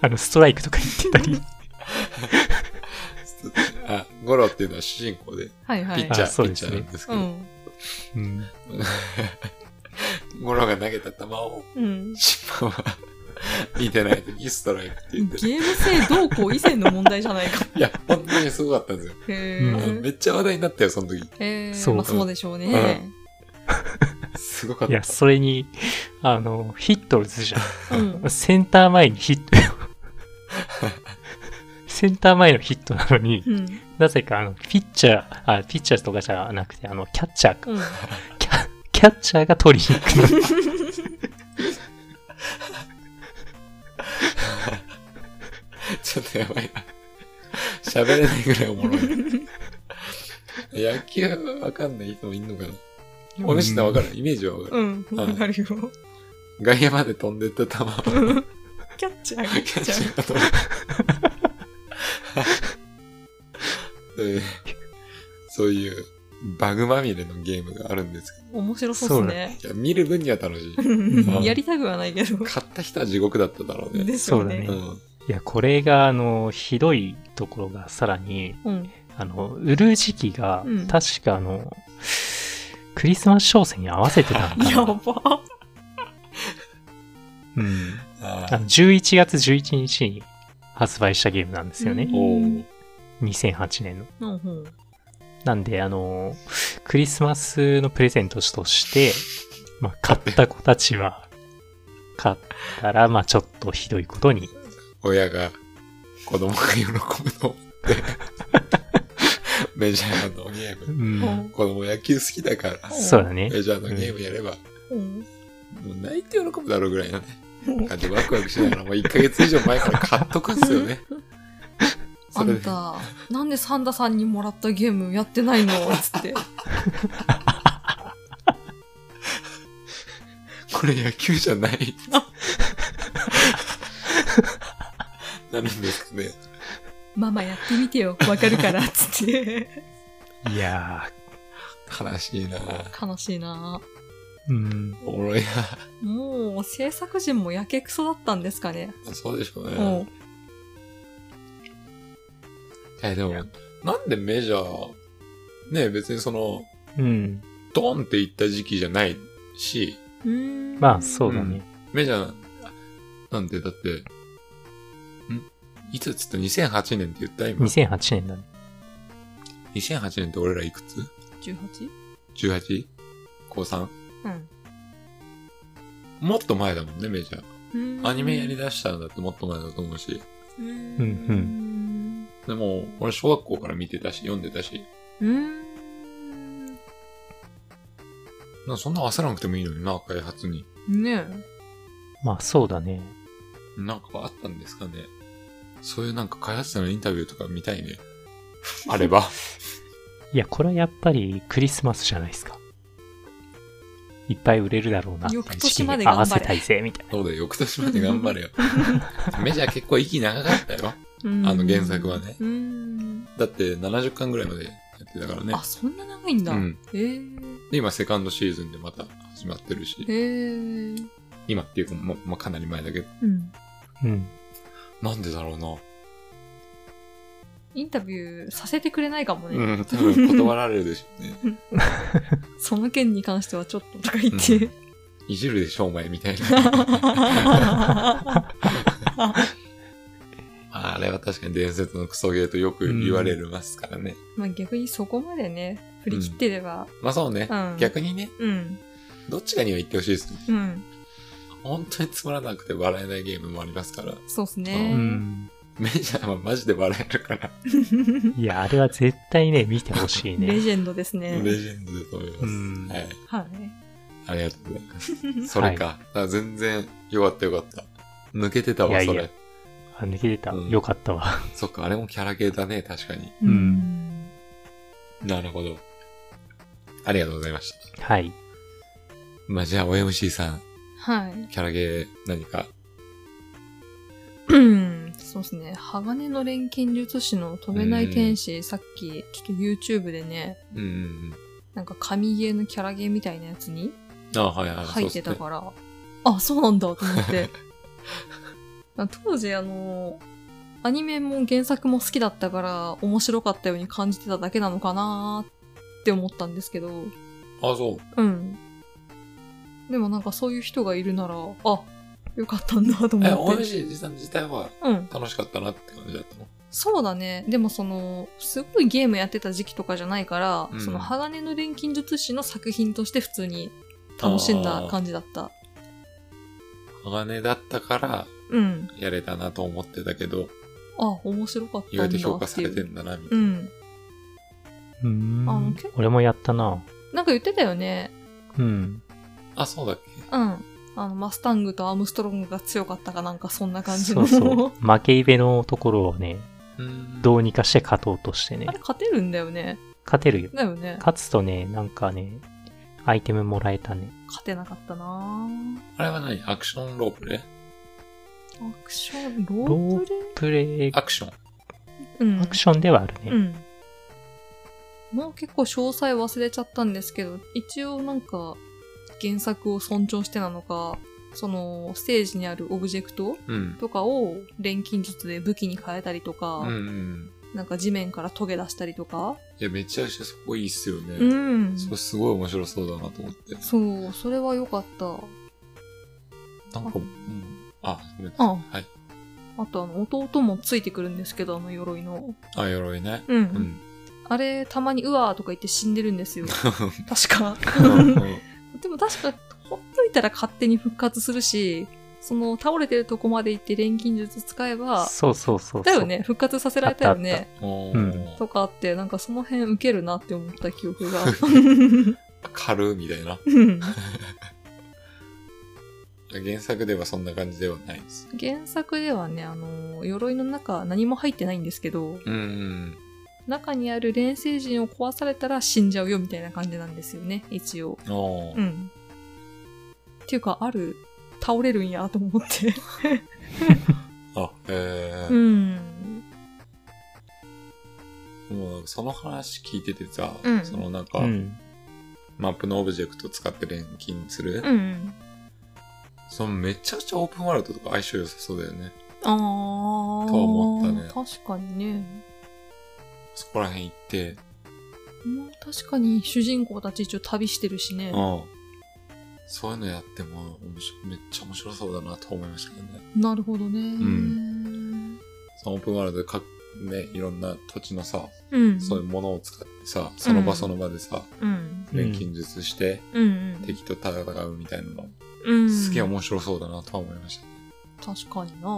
あの、ストライクとか言ってたり、
あ、ゴロっていうのは主人公で、
はいは
ピッ
い
チ。ャ
あ
ー、
そう
ピッ
です
チャ
ね
ーなんですけ
う
ど、
ん。
うん、
ゴロが投げた球を、
うん。
審判は 見てない時ストライクって
ゲ
言ってね、
ーム性どうこう以前の問題じゃないか。
いや、本当にすごかったんですよ。
へ
うん
ー
めっちゃ話題になったよ、その時。
へ
そ
ー
う
まあそうでしょうね。
すごかっ
い
た
や、。それに、あの、ヒット打つじゃ
うん
ん。。センター前にヒット、 センター前のヒットなのに、
うん。
なぜか、あの、ピッチャー、あ、ピッチャーとかじゃなくて、あの、キャッチャーか。
うん。
キャキャッチャーが取りに行くの。
ちょっとやばいな。喋れないぐらいおもろいな。野球わかんない人もいんのかな。 お主さんわかるイメージはわ かる。
うん。わかるよ。
外野まで飛んでった球を
キャッチャーが
キャッ
キャ
チ
ッチ
ャ
ャ
ーが飛ぶでそういうバグまみれのゲームがあるんです
ー。面白そうですね。
けど、いや見る分には楽しい。
うん
うん
やりたくはないけど。
買った人は地獄だっただろうね。
ですよ
そうだ
ね
う
ね。
ん。
いや、これが、あの、ひどいところが、さらに、
うん。
あの、売る時期が
うん、
確か、あの、クリスマス商戦に合わせてたの
や
かな。
ば。
うん。
あ
あの11月11日に発売したゲームなんですよね
う。
おお。
2008年の。
うんうん。
なんで、あの、クリスマスのプレゼントとして、まあ、買った子たちは、買ったら、まあ、ちょっとひどいことに、
親が子供が喜ぶと思ってメジャーのゲー
う
ム
ん、
子供野球好きだから
そうだね。
メジャーのゲームやれば、
うん。
もう泣いて喜ぶだろうぐらいのね感じでワクワクしながらもう1ヶ月以上前から買っとくんですよね
あ
それ
ん
で
た、なんでサンダさんにもらったゲームやってないのつって。
これ野球じゃない なるんですかね
ママやってみてよ。わかるから。つって。
いや
悲しいな
悲しいな
ー、うん。
おもろい
もう、制作陣もやけくそだったんですかね。
なそうでしょうね、
うん。
えでもなんでメジャーね別にその
うん。
ドンっていった時期じゃないし、
うーん
まあ、そうだね。
メジャーなんてだって、んいつっつった2008年って言った今。
2008年だね。
2008年って俺らいくつ
18?
?18? 高 3?
うん
もっと前だもんね、メジャ
うーん。
ー。アニメやりだしたんだってもっと前だと思うし。
うーん。
う
でも、俺小学校から見てたし、読んでたし、
うーん。
なんかそんな焦らなくてもいいのにな、開発に。
ね
まあ、そうだね。
なんかあったんですかね。そういうなんか開発者のインタビューとか見たいね。あれば。
いや、これはやっぱりクリスマスじゃないですか。いっぱい売れるだろうなっていう
翌
時期
年ま
に
で
合
頑張
わ
れ
せたいぜ、みたい
そうだよ、翌年まで 頑張れよ。メジャー結構息長かったよ。
え。うーん
あの原作はね
うーん。
だって70巻ぐらいまでやってたからね
あ、。そんな長いんだ。
うん。
えー。
で、今セカンドシーズンでまた始まってるし、
えー。
今っていうか、ま、まあ、かなり前だけど、
うん。
な。うん。
なんでだろうな。
インタビューさせてくれないかもね。
うん、多分断られるでしょうね。
その件に関してはちょっととか言って。
いじるでしょ、お前みたいな。あれは確かに伝説のクソゲーとよく言われますからね。
まあ逆にそこまでね、振り切ってれば。
まあそうね、
うん
逆にね、
うん。
どっちかには言ってほしいですね。
うん。
本当につまらなくて笑えないゲームもありますから、
そうっす
う
ね。
ん。
メジャーはマジで笑えるから、
いや、あれは絶対ね、見てほしい
レ
ね。
ジェンドですね。
レジェンドだと思います。
うん
はい。
はい。
ありがとうございます。それか。あ全然、よかったよかった。抜けてたわ、
いやい
そ
や
れ。
あ、抜けてた。
うん
よかったわ。
そっか、あれもキャラゲーだね、確かに。
うん
うん。
なるほど。ありがとうございました。
はい。
まあ、じゃあ、OMC さん、
はい。
キャラゲー何か。
うんそうですね。鋼の錬金術師の飛べない天使、さっき、ちょっと YouTube でね、
うんうん
なんか神ゲーのキャラゲーみたいなやつに
うん。あはいはい。
入ってた
そうっ
から、あ、そうなんだと思 って。あ当時、あの、アニメも原作も好きだったから、面白かったように感じてただけなのかなーって思ったんですけど、
すねあ、そう。
うん。でもなんかそういう人がいるなら、あ、よかったんだと
え、
思って。
OMC 自体自体は
うん。
楽しかったなって感じだったの
そうだね。でもその、すごいゲームやってた時期とかじゃないから、
うん
その鋼の錬金術師の作品として普通に楽しんだ感じだった。
鋼だったから
うん。
やれたなと思ってたけど、
あ、面白かったん
意
だって
外と
いう。
評価されてんだな、みた
う
いな。
ん。
う
あ
ー
の
ん
結構。
俺もやったな。
なんか言ってたよね。
うん。
あ、そうだっ
うん。あの、マスタングとアームストロングが強かったかなんかそんな感じ
そ
の。
うそう。負けイベのところをね、
けうん
どうにかして勝とうとしてね
あ。れ勝てるんだよね。
勝てるよ。
だよね。
勝つとね、なんかね、アイテムもらえたね。
勝てなかったなぁ
あれは何アクションロープレイ
アクション、ロープレイ
プレイ
アクション。
うん
アクションではあるね。
うん。もう結構詳細忘れちゃったんですけど、一応なんか原作を尊重してなのか、そのステージにあるオブジェクト
うん。
とかを錬金術で武器に変えたりとか、
うんうん。
なんか地面からトゲ出したりとか。
いや、めちゃくちゃそこいいっすよね。
うん。
それすごい面白そうだなと思って。
そう、それは良かった。
なんか、うん。あ、ごめん
あ、
はい。
あとあの、弟もついてくるんですけど、あの鎧の。
あ、鎧ね。
うん。
うん。
あれ、たまにうわーとか言って死んでるん ですよ。確か。 でも確か、ほっといたら勝手に復活するし、その、倒れてるとこまで行って錬金術使えば、
そうそうそうそう。
だよね、復活させられたよ
あった
ね、
お
うん
ー
とかあって、なんかその辺受けるなって思った記憶が。
軽みたいな。
うん
原作ではそんな感じではないです。
原作ではね、あの、鎧の中何も入ってないんですけど、
うんうん。
中にある錬成人を壊されたら死んじゃうよみたいな感じなんですよね、一応。
おー
うん。っていうか、ある、倒れるんやと思って。
あ、え
う
ー
ん。
もうその話聞いててさ、
うん
そのなんか、
うん。
マップのオブジェクト使って錬金する、
うん。
そのめちゃくちゃオープンワールドとか相性良さそうだよね。
ああ。
と思ったね
確かにね。
そこら辺行って、
まあ確かに主人公たち一応旅してるしね。
うん。そういうのやっても面白めっちゃ面白そうだなと思いましたけどね。。
なるほどね。うん
そのオープンワールドでか、ね、いろんな土地のさ、
うん。
そういうものを使ってさ、その場その場でさ、
うん。
うん
錬金術して
うん。うん。
敵と戦うみたいなの、
うん。
すげえ面白そうだなとは思いました。
確かにな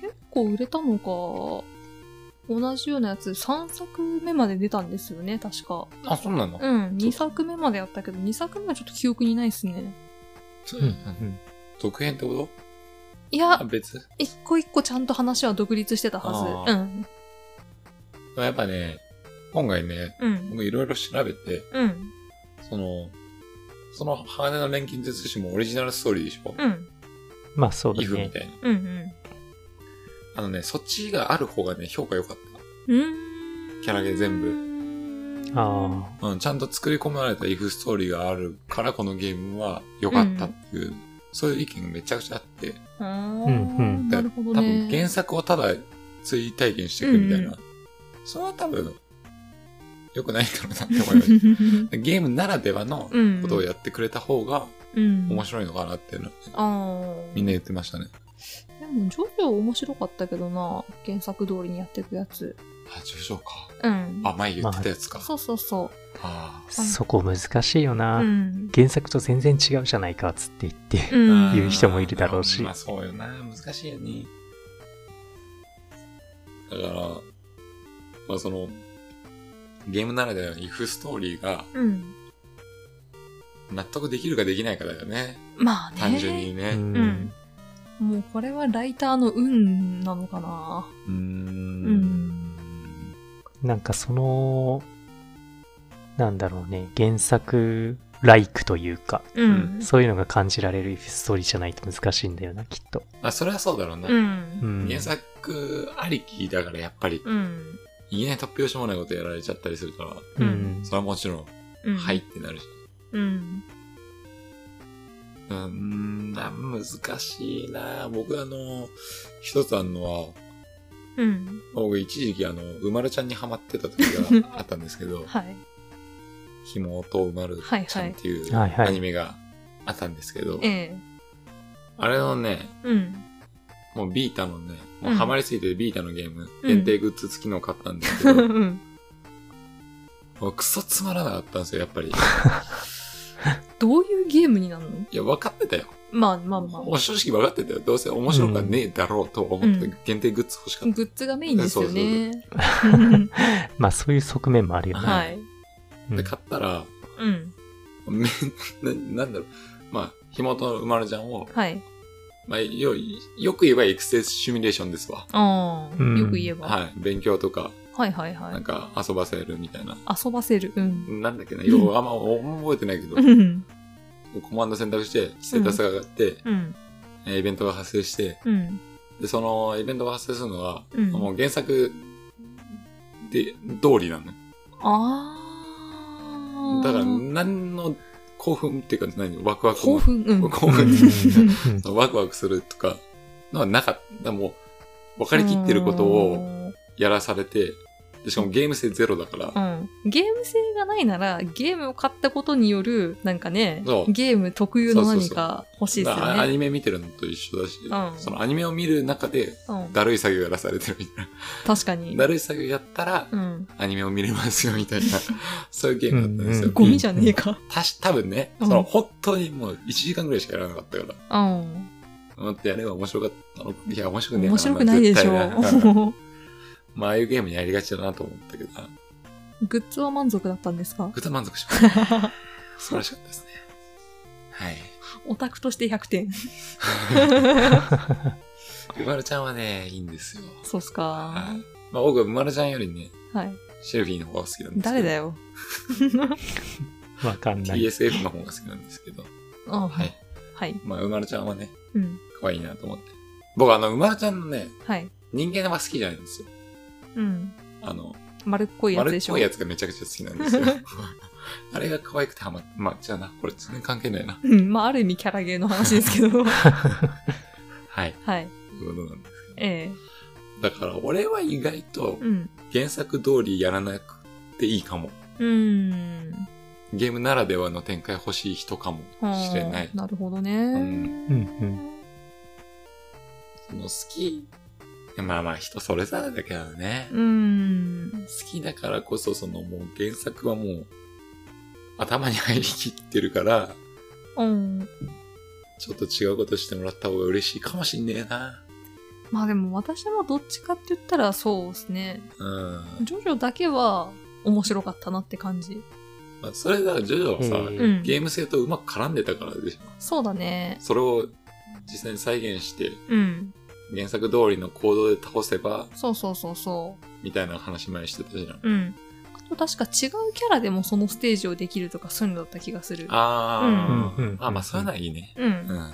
結構売れたのか、同じようなやつ3作目まで出たんですよね、確か。
あ、そうなの
うん。2作目までやったけど、2作目はちょっと記憶にないですね。
うんうん
続編ってこと
いや、
あ、別
一個一個ちゃんと話は独立してたはず。
あ
うん。
やっぱね、今回ね、
うん。
僕いろいろ調べて、
うん。
その、その鋼の錬金術師もオリジナルストーリーでしょ、
うん。
まあそうだ
イフみ
ね。
たいな。
うんうん。
あのね、そっちがある方がね、評価良かっ
うーん
キャラゲー全
部
ああ。
た。うん、ちゃんと作り込まれたイフストーリーがあるから、このゲームは良かったっていう、そういう意見がめちゃくちゃあって、
あー
うんうん
なるほど
多分
ね
原作をただ追体験していくみたいな、
うんう
それは多分、良くないんだろうなって思います。 ゲームならではの
うん
ことをやってくれた方が
うん
面白いのかなっていうのはね、
あー
みんな言ってましたね。
でもジョジョ面白かったけどな原作通りにやっていくやつ
あ、ジョジョか。
うん
あ、前言ってたやつか。
そうそうそ
あ
そこ難しいよ
う
な。
うん
原作と全然違うじゃないかっつって言って。
あ
うん
言う人もいるだろうし
まあそうよな。難しいよね。だから、まあその、ゲームならではのイフストーリーが
うん
納得できるかできないかだよね。
まあね
単純にね。
う
うん
ん。
もうこれはライターの運なのかな
う
う
ー。
んん。
なんかその、なんだろうね、原作ライクというか、
う
うん
ん。
そういうのが感じられるストーリーじゃないと難しいんだよな、きっと。
あ、それはそうだろうな。
うん。
ん
原作ありきだからやっぱり、
うん。
言えない突拍子もないことやられちゃったりするから、
う
うんん。
それはもちろ
うん
ん、はいっ。てなるし。
うん。
うーん、あ難しいな僕あの、一つあんのは、
うん。
僕一時期あの、うまるちゃんにハマってた時 があったんですけど、
はい。
ひもとうまるちゃんっていう
はいはい
アニメがあったんですけど、
ええ。
あれのね、
うん。
もうビータのね、もううんハマりすぎてビータのゲーム、
うん
限定グッズ付きのを買ったんです
う
けど、
ん。
もうクソつまらなかったんですよ、やっぱり。
どういうゲームになるの
いや、分かってたよ。
まあまあまあ。
もう正直分かってたよ。どうせ面白くはねえだろうと思って
うん
限定グッズ欲しかった。
グッズがメインですよね。
まあそういう側面もあるよね。
はい。
うん
で、買ったら、
うん。
めな、なんだろう。まあ、ひもとのうまるちゃんを、
はい。
まあ、よ、よく言えばエクセスシミュレーションですわ。
ああ、
うん
よく言えば。は
はい。勉強とか、
いはいは
なん
い。
か遊ばせるみたいな。
遊ばせる。うん。
なんだっけな、ようあんま覚えてないけど
う、ん。
コマンド選択して、ステータスが上がって、
うん。
えーイベントが発生して、
うん。
で、そのイベントが発生するのは、
うん
もう原作で、通りなのね。
ああ。
だから、何の興奮っていうか、何、ワクワク
興
も、
奮。うん。
興
うん
奮、
うん
ワクワクするとか、のはなかった。もう、分かりきってることをやらされて、でしかもゲーム性ゼロだから
う、ん。ゲーム性がないなら、ゲームを買ったことによる、なんかね
そ、う
ゲーム特有の何か欲しいで
だ
す
から
よ
ア
ね。
ニメ見てるのと一緒だし、
うん
そのアニメを見る中で、
うん。
だるい作業やらされてるみたい
確かに
な。。だるい作業やったら、
うん。
アニメを見れますよみたいな、そういうゲームだったんですよ。
うん
ゴミじゃねえか。
たし、多分ね、
うん
その本当にもう1時間ぐらいしかやらなかったから、
うん。
思ってやれば面白かったの。いや、面白くねえ
面白くないでし
絶対 な
ょ。
まあ、ああいうゲームやりがちだなと思ったけどな、
グッズは満足だったんですか
ぐっと満足しました。素晴らしかったですね。はい。
オタクとして100点。
うまるちゃんはね、いいんですよ。
そうっす
は
か
い。。まあ、僕はうまるちゃんよりね、
はい。
シェルフィーの方が好きなんですけど。
誰だよ。
わかんない。
TSF の方が好きなんですけど。
うん。
はい。。
はい。
まあ、うまるちゃんはね、
うん。
可愛いなと思って。僕、あの、うまるちゃんのね、
はい。
人間が好きじゃないんですよ。
うん。
あの、
丸っこいやつ
丸
で
っ
しょ。
こいやつがめちゃくちゃ好きな んですよ。あれが可愛くてハマって、まあ、じゃあな、これ全然関係ないな。
うん。まあ、ある意味キャラゲーの話ですけど。 は
はい。
い。
ということなんですけ
ええ。
ど。だから、俺は意外と
うん。
原作通りやらなくていいかも。
うーん。
ゲームならではの展開欲しい人かもしれない
はあ。なるほどね。
ん
うん
その好き。まあまあ、人それぞれだけどね。
うーん。
好きだからこそ、そのもう原作はもう、頭に入りきってるから、
うん。
ちょっと違うことしてもらった方が嬉しいかもしんねえな。
まあでも私もどっちかって言ったらそうですね。
うん。
ジョジョだけは面白かったなって感じ。
まあ、それが、ジョジョはさ、
うん
うん。
ゲーム性とうまく絡んでたからでしょ。
そうだね。
それを実際に再現して、
うん。
原作通りの行動で倒せば、
そうそうそうそ
みたいな話前してたじゃん。
う。うん。あと確か違うキャラでもそのステージをできるとかそういうのだった気がする。
あー、
うんうん
あ、まあそういうのはいいね。
う。
うんん。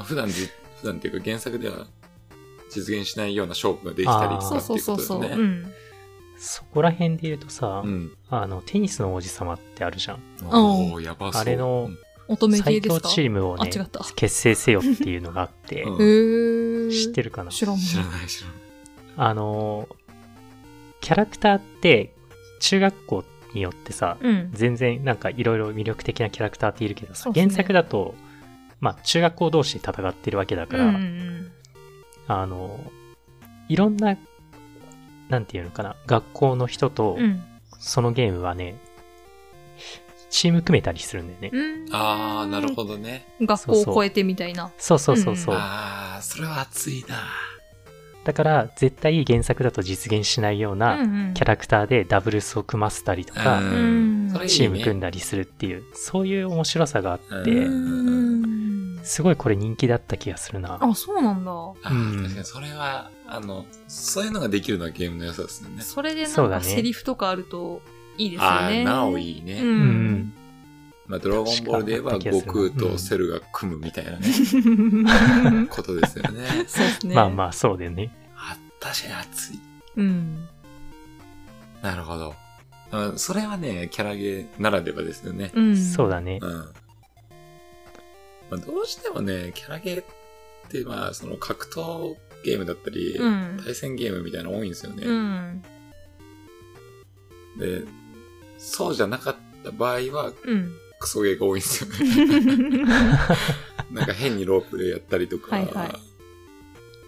普段じ、普段っていうか原作では実現しないような勝負ができたりと
あー
か
そう
って
そう
いうこ
そ
と
う
です
そう。う
ね。
ん。
そこら辺で言うとさ、
うん。
あの、テニスの王子様ってあるじゃん。
おー、やばそう。
あれの
乙女系
最
です
強
か
チームをね
あ違った、
結成せよっていうのがあって、
うん
へー。
知ってるかな
知ら
うんん
もん
知らない知ら
あの、キャラクターって、中学校によってさ、
うん。
全然なんかいろいろ魅力的なキャラクターっているけど
そ
さ、
うっすね
原作だと、まあ中学校同士で戦ってるわけだから、
うんうん
あの、いろんな、なんていうのかな、学校の人と
う、ん。
そのゲームはね、チーム組めたりするんだよね。
うん。
ない。あー、なるほどね。
学校を超えてみたいな。
そうそうそうそう。
うん
あー、それは熱いな。
だから、絶対原作だと実現しないようなキ
ャ
ャラクターでダブルスを組ませたりと
う
か、
ん
うん
それいいね
チーム組んだりするっていう、そういう面白さがあって、
うん
うん。
すごいこれ人気だった気がするな。
あ、そうなんだ。
あ
うん
ー確かにそれは、あの、そういうのができるのはゲームの良さですね。
それでな
そうんだ
か
ね
セリフとかあるといいですよ
ああ
ね。
ー、なおいいね。
う。
うん ん。
まあ、ドラゴンボールで言えば、
確かに
悟空とセルが組むみたいなね、ことですよね。
そうですね。
まあまあ、そうだよね。
あ、確かに熱い。
うん。
なるほど。あそれはね、キャラゲーならではですよね。
うん。
そうだね
う。ん。まあ、どうしてもね、キャラゲーって、まあ、その格闘ゲームだったり、
うん。
対戦ゲームみたいなの多いんですよね。
うん。
で、そうじゃなかった場合は、
うん。
クソゲーが多いんですよね。なんか変にロープでやったりとか
はいはい、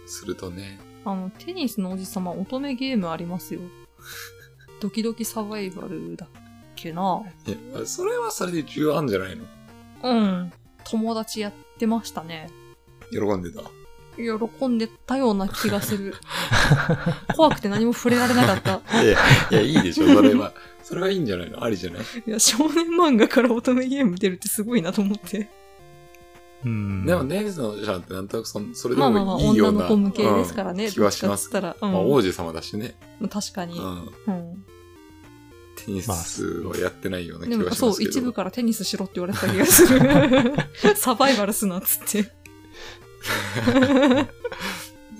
するとね、
あの、テニスのおじさま、乙女ゲームありますよ。ドキドキサバイバルだっけな。
いや、それはそれで重要あんじゃないの
うん。友達やってましたね。
喜んでた。
喜んでたような気がする。 怖くて何も触れられなかった。
い や、いや、いいでしょ、それは。それはいいんじゃないのありじゃない
いや、少年漫画から乙女ゲーム出るってすごいなと思って。
うん。
でも、ネイズのジャンってなんとなくそんそれで
まあまあまあ、
もいいよ
女
うな
の子向けですからね。
うん気はします。
どっちかっつったら、
ま
うん
あ、王子様だしね、
まあ確かに
う。ん。
うん。
テニスをやってないような気
でも、
はし
そ
ま
う、
すけど。
一部からテニスしろって言われてた気がす る。サバイバルすなっつって。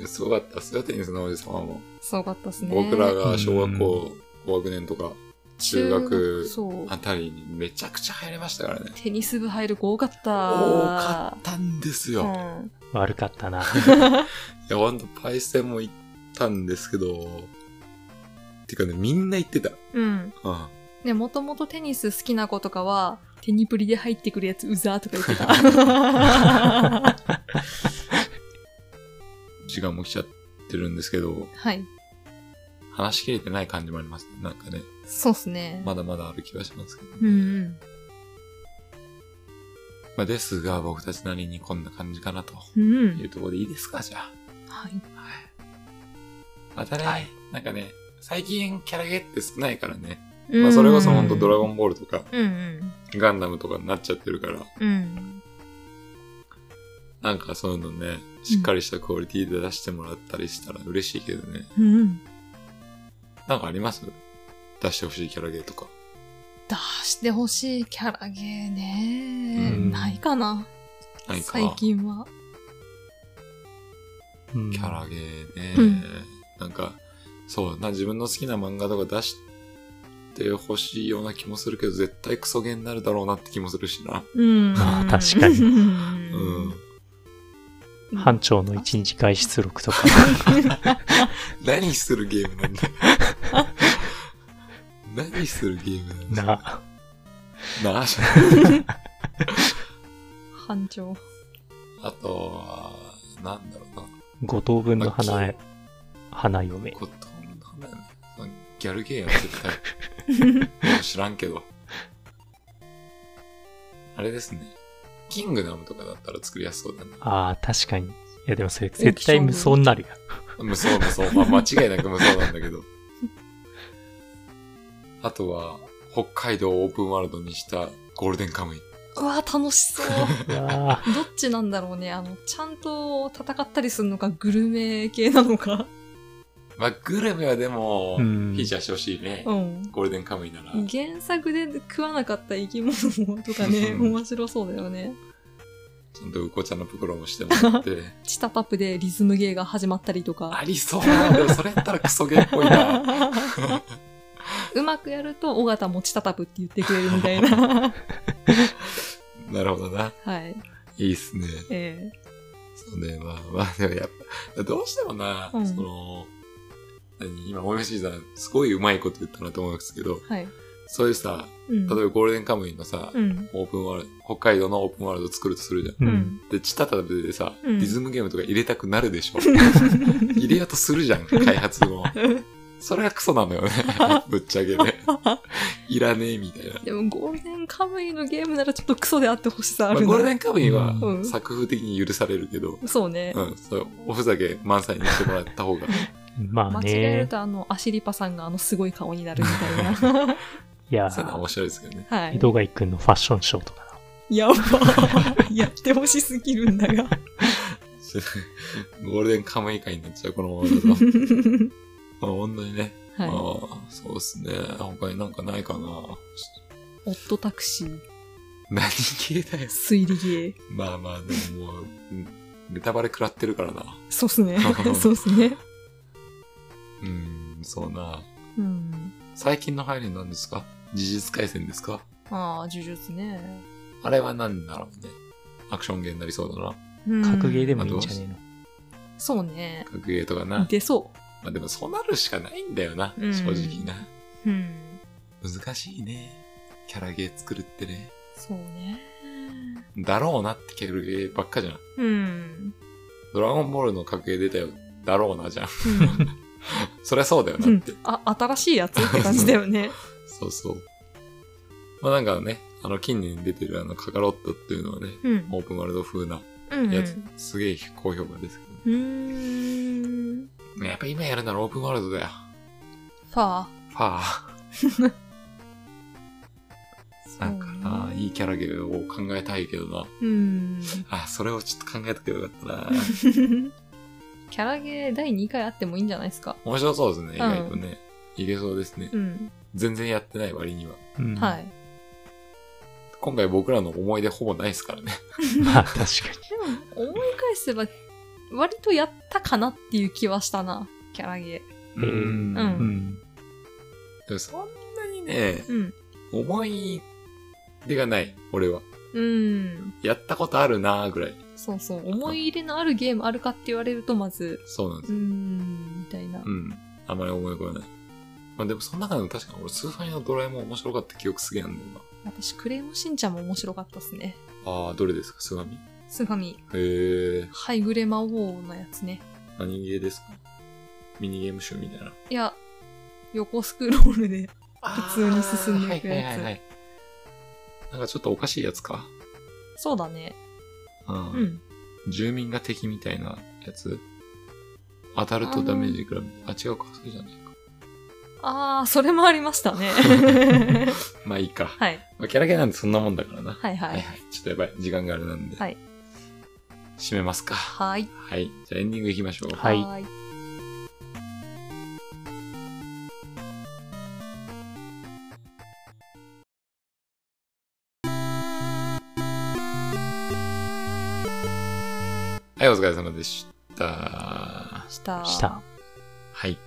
すごかったっすよ、テニスの王子様も。
すごかったですね。
僕らが小学校高学年とか中学
そう。
あたりにめちゃくちゃ流行りましたからね。
テニス部入る子多かった。
多かったんですよ。い
うん。
悪かっ たな。
や、ほんとパイセンも行ったんですけど、てかね、みんな行ってた。
うん。
うん。
ね、もともとテニス好きな子とかは、テニプリで入ってくるやつうざーとか言って た。
時間も来ちゃってるんですけど、
はい。
話しきれてない感じもありますね。なんかね、
そうっすね。
まだまだある気はしますけど。
うんうん。
まあ、ですが、僕たちなりにこんな感じかなと
うん
いうところでいいですか、じゃあ。
はい。
またね、
はい
なんかね、最近キャラゲーって少ないからね。まあ、それこそほんとドラゴンボールとか、
うんうん。
ガンダムとかになっちゃってるから、
うん。
なんかそういうのね、しっかりしたクオリティで出してもらったりしたら嬉しいけどね。
うん。
なんかあります出してほしいキャラゲーとか。
出してほしいキャラゲーね
う
ー。
ん
ないかな。
ないか
最近は。
うん
キャラゲーね、
うん
なんか、そうな、自分の好きな漫画とか出してほしいような気もするけど、絶対クソゲーになるだろうなって気もするしな。
うん。
まあ確かに
う。
うんん。
班長の一日外出録とか。
何するゲームなんだ何するゲームなんだ
な。
なあ、
班長。
あとは、なんだろうな。
五等分の花へ
ま、
花嫁。
ことなんだよね。そのギャルゲーやん、絶対。もう 知らんけど。あれですね。キングダムとかだったら作りやすそうだね。
ああ、確かに。いや、でもそれ絶対無双になるよ。
無双無双。まあ、間違いなく無双なんだけど。あとは、北海道をオープンワールドにしたゴールデンカムイ。
うわー楽し そう。
うわ
どっちなんだろうね。あの、ちゃんと戦ったりするのか、グルメ系なのか。
まあ、グルメはでも、
う
フ
ん
ィーチャーしてほしいね。
うん。
ゴールデンカムイなら。
原作で食わなかった生き物とかね、
うん
面白そうだよね。
ちゃんとウコちゃんの袋もしてもらって。
チタタプでリズムゲーが始まったりと
あ
か。
りそうだな。でもそれやったらクソゲーっぽいな。
うまくやると、尾形もチタタプって言ってくれるみたい な。
なるほどな。
はい。
いいっすね。
え
そうね、まあまあ、でもやっぱ、どうしてもな、
うん
その、何、今、大吉さん、すごいうまいこと言ったなと思うんですけど
え、はい。
そういうさ、
うん。
例えばゴールデンカムイのさ、
うん。
オープンワールド、北海道のオープンワールド作るとするじゃん。
う
う。
んん。
で、チタタでさ、
うん
リズムゲームとか入れたくなる でしょ。入れようとするじゃん、開発も。 それはクソなのよ ね。ぶっちゃけね。いらねえみたいな。
でも、ゴールデンカムイのゲームならちょっとクソであってほしさあ
まあ、
るな。
ゴールデンカムイは
うん
作風的に許されるけど、
そうね。
うん、そう、おふざけ満載にしてもらった方が
まあ
間違え
ね
る。と、あの、アシリパさんがあの、すごい顔になるみたいな。
いや
そういうのは
ー、
面白いですけどね。
はい。
井戸貝くんのファッションショーとか
や ば。やってほしすぎるんだが。
ゴールデンカムイ会になっちゃう、このまま だと。まあ、本当にね。
はい。
まあ、そうですね。他になんかないかな。
オットタクシー、
何系だよ。
推理ゲー。
まあまあ、でももう、うんネタバレ食らってるからな。
そうっすね。そうっすね。
うん、そうな。
うん。
最近の流行りなんですか事実回戦ですか
ああ、呪術ね。
あれは何だろうね。アクションゲーになりそうだな。
うん
格ゲーでもいいんじゃねえの
そうね。
格ゲーとかな。
出そ
まあでもそうなるしかないんだよな。
うん
正直な。
う。うん。
難しいね。キャラゲー作るってね。
そうね。
だろうなってキャラゲーばっかじゃん。
うん。
ドラゴンボールの格ゲー出たよ。だろうなじゃん。
うん
そりゃそうだよ
う
なっ
ん
て。
あ、新しいやつって感じだよね。
そうそう。まあなんかね、あの近年出てるあのカカロットっていうのはね、
うん。
オープンワールド風な
うん
やつ、すげえ高評価ですけど
うーん。
ね。やっぱ今やるならオープンワールドだよ。
ファ
ファー。
ー。
なんかな、いいキャラゲーを考えたいけどな。
うん。
あ、それをちょっと考えとけばよかったな。
キャラゲー第2回あってもいいんじゃないですか。
面白そうですね、意外とね。いけそうですね。
うん。
全然やってない割には。
うん
は
ま
い。
今回僕らの思い出ほぼないですからね。
あ確か
でも、思い返せば、割とやったかなっていう気はしたな、キャラゲ
うん
うん
に。うん。
でもそんなにね
ー。、うん。
思い出がない、俺は。
うん。
やったことあるなーぐらい。
そうそう。思い入れのあるゲームあるかって言われると、まず、
そうなんで
う
す。
ーん、みたいな
う。ん。あんまり思い浮かばない。まあでもその中でも確かに俺、スーファイのドラえもん面白かった記憶すげえあんだよな。
私、クレヨンしんちゃんも面白かったっすね。
あー、どれですか、スーファミ
スーファミ、
へえ。
ハイグレ魔王のやつね。
何ゲーですかミニゲーム集みたいな。
いや、横スクロールで。普通に進んでいくやつ
あーはいはいはいはい。なんかちょっとおかしいやつか。
そうだね。
うん
うん。
住民が敵みたいなやつ当たるとダメージくらいあ違うかそうじゃないか
あー、それもありました ね。
まあいいか、
はい。
まあ、キャラゲーなんてそんなもんだからなは
はいはい。
ちょっとやばい時間があれなんで
はい
締めますか
はい。
はいじゃあエンディングいきましょう
はい
い。
はいお疲れ様でしたは
した。
した。
い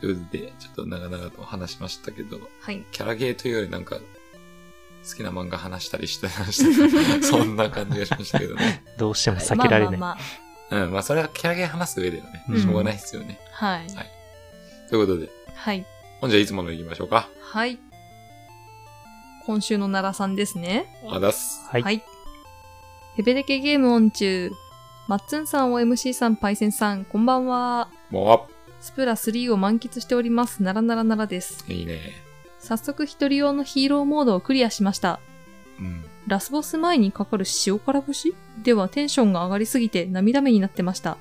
ということでちょっと長々と話しましたけど
はい。
キャラゲーというよりなんか好きな漫画話したりしてましたそんな感じがしましたけどね
どうしても避けられない。
まあまあ
うんまあそれはキャラゲー話す上ではね
うん
しょうがないですよね、
まあ。はい。
ということで
はい。
ほんじゃいつもの行きましょうか
はい。今週の奈良さんですね。
あだっす
はい。
はい。ヘベレケゲームオン中。マッツンさん、OMC さん、パイセンさん、こんばんは。
も
スプラ3を満喫しております。ならならならです。
う、いいね。
早速、一人用のヒーローモードをクリアしました。
うん。
ラスボス前にかかる塩辛節ではテンションが上がりすぎて涙目になってました。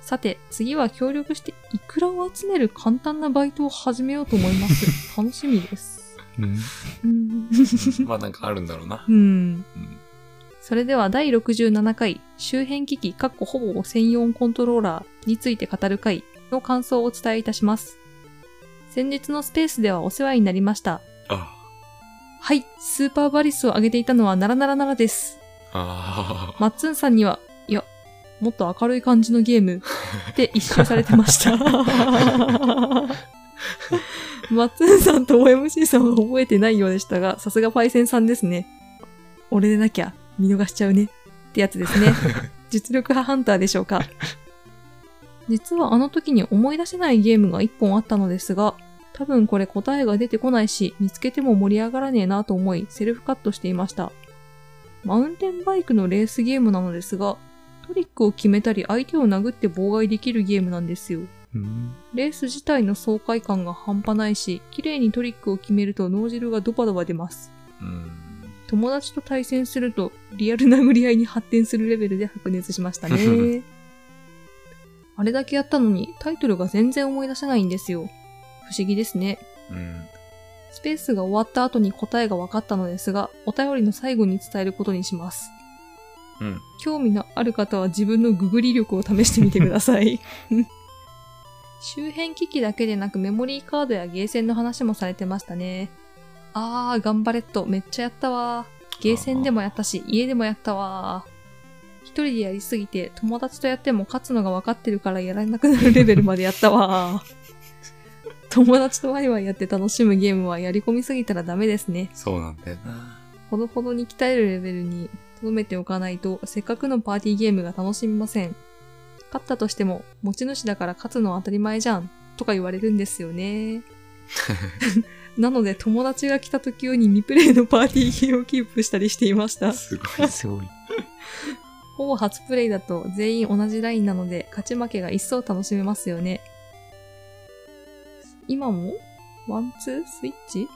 さて、次は協力してイクラを集める簡単なバイトを始めようと思います。楽しみ です。
うん
うん。
まあなんかあるんだろうな。
うん。
うん。
それでは第67回周辺機器かっこほぼ専用コントローラーについて語る回の感想をお伝えいたします。先日のスペースではお世話になりました。
あ
はい、スーパーバリスを挙げていたのはならならならです。
あ
マッツンさんには、いや、もっと明るい感じのゲームって一周されてました。マッツンさんと OMC さんは覚えてないようでしたが、さすがパイセンさんですね。俺でなきゃ見逃しちゃうねってやつですね。実力派ハンターでしょうか。実はあの時に思い出せないゲームが1本あったのですが、多分これ答えが出てこないし、見つけても盛り上がらねえなと思い、セルフカットしていました。マウンテンバイクのレースゲームなのですが、トリックを決めたり相手を殴って妨害できるゲームなんですよ。
うん。
レース自体の爽快感が半端ないし、綺麗にトリックを決めると脳汁がドバドバ出ます。
うん。
友達と対戦するとリアル殴り合いに発展するレベルで白熱しましたね。あれだけやったのにタイトルが全然思い出せないんですよ。不思議ですね。
うん。
スペースが終わった後に答えが分かったのですが、お便りの最後に伝えることにします。
うん。
興味のある方は自分のググり力を試してみてくださ い。周辺機器だけでなくメモリーカードやゲーセンの話もされてましたね。あー、頑張れっと、めっちゃやったわー。ゲーセンでもやったし、家でもやったわー。一人でやりすぎて、友達とやっても勝つのが分かってるからやらなくなるレベルまでやったわー。友達とワイワイやって楽しむゲームはやり込みすぎたらダメですね。
そうなんだよな。
ほどほどに鍛えるレベルに留めておかないと、せっかくのパーティーゲームが楽しみません。勝ったとしても、持ち主だから勝つのは当たり前じゃん、とか言われるんですよね。 なので、友達が来た時用に未プレイのパーティーゲームをキープしたりしていました。
すごい。
すごい。
ほぼ初プレイだと全員同じラインなので、勝ち負けが一層楽しめますよね。今もワンツースイッチ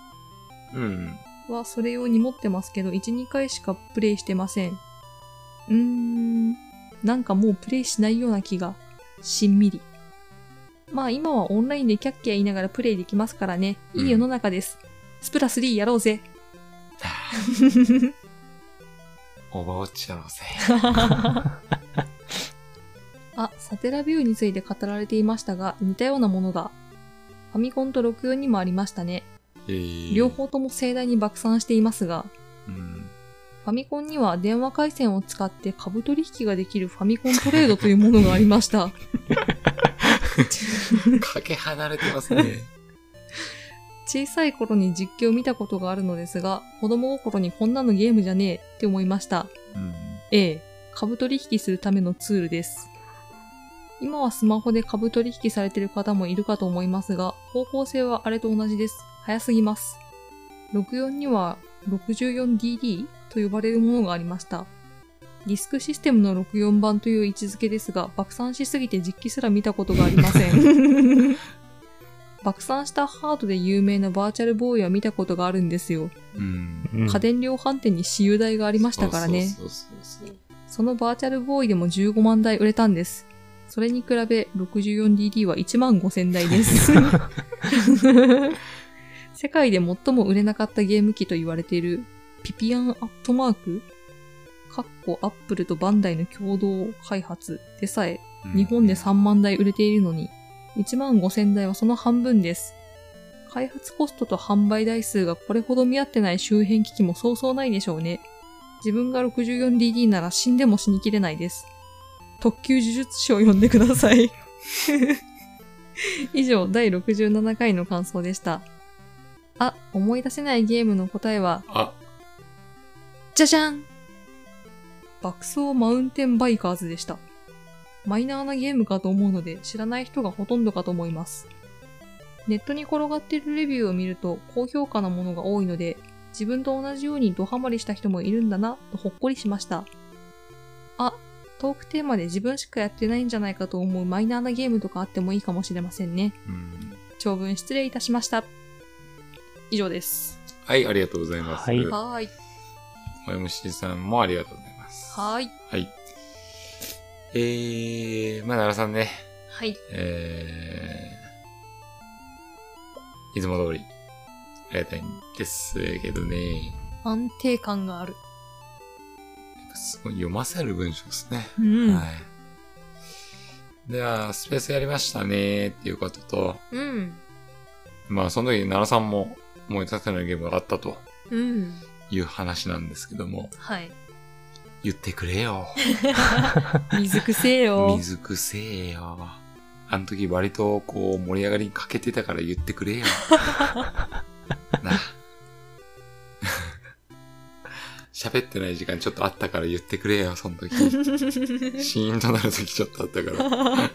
うん。
はそれ用に持ってますけど、1、2回しかプレイしてません。うーん、なんかもうプレイしないような気が、しんみり。まあ今はオンラインでキャッキャ言いながらプレイできますからね。いい世の中です。スプラ3やろうぜ。
おばおちやろうぜ。
あ、サテラビューについて語られていましたが、似たようなものだ。ファミコンと64にもありましたね。
えー
両。方とも盛大に爆散していますが、
うん。
ファミコンには電話回線を使って株取引ができるファミコントレードというものがありました。
かけ離れてます ね。
小さい頃に実況を見たことがあるのですが、子供心にこんなのゲームじゃねえって思いました。
うん。
ええ、株取引するためのツールです。今はスマホで株取引されている方もいるかと思いますが、方向性はあれと同じです。早すぎます。64には 64DD と呼ばれるものがありました。ディスクシステムの64版という位置づけですが、爆散しすぎて実機すら見たことがありません。 爆散したハードで有名なバーチャルボーイは見たことがあるんですよ。
うん。
うん
家電量販店に私有台がありましたからね。
そうそうそうそう。
そのバーチャルボーイでも15万台売れたんです。それに比べ 64DD は1万5000台です。世界で最も売れなかったゲーム機と言われているピピアンアットマークかっこアップルとバンダイの共同開発でさえ
うん
日本で3万台売れているのに、1万5000台はその半分です。開発コストと販売台数がこれほど見合ってない周辺機器もそうそうないでしょうね。自分が 64DD なら死んでも死にきれないです。特級呪術師を呼んでください。 以上、第67回の感想でした。あ、思い出せないゲームの答えは、
あ、
じゃじゃん爆走マウンテンバイカーズでした。マイナーなゲームかと思うので知らない人がほとんどかと思います。ネットに転がっているレビューを見ると高評価なものが多いので自分と同じようにドハマりした人もいるんだなとほっこりしました。あ、トークテーマで自分しかやってないんじゃないかと思うマイナーなゲームとかあってもいいかもしれませんね。
うん。
長文失礼いたしました。以上です。
はい、ありがとうございます。
はい
はーい。
OMC さんもありがとうございます。
はーい。
はい。えー、まあ、奈良さんね、
はい。
えー、いつも通り、ありがたいんですけどね、や
安定感がある。
っぱすごい読ませる文章ですね。
うん。
はい。では、スペースやりましたねっていうことと、
うん。
まあ、その時に奈良さんも思い出せないゲームがあったと
うん。
いう話なんですけども、
はい。
言ってくれよ。
水くせえ よ。
水くせえよ。あの時割とこう盛り上がりに欠けてたから言って くれよ。な。 喋ってない時間ちょっとあったから言ってくれよ、そ の時。シーンとなる時ちょっとあったから。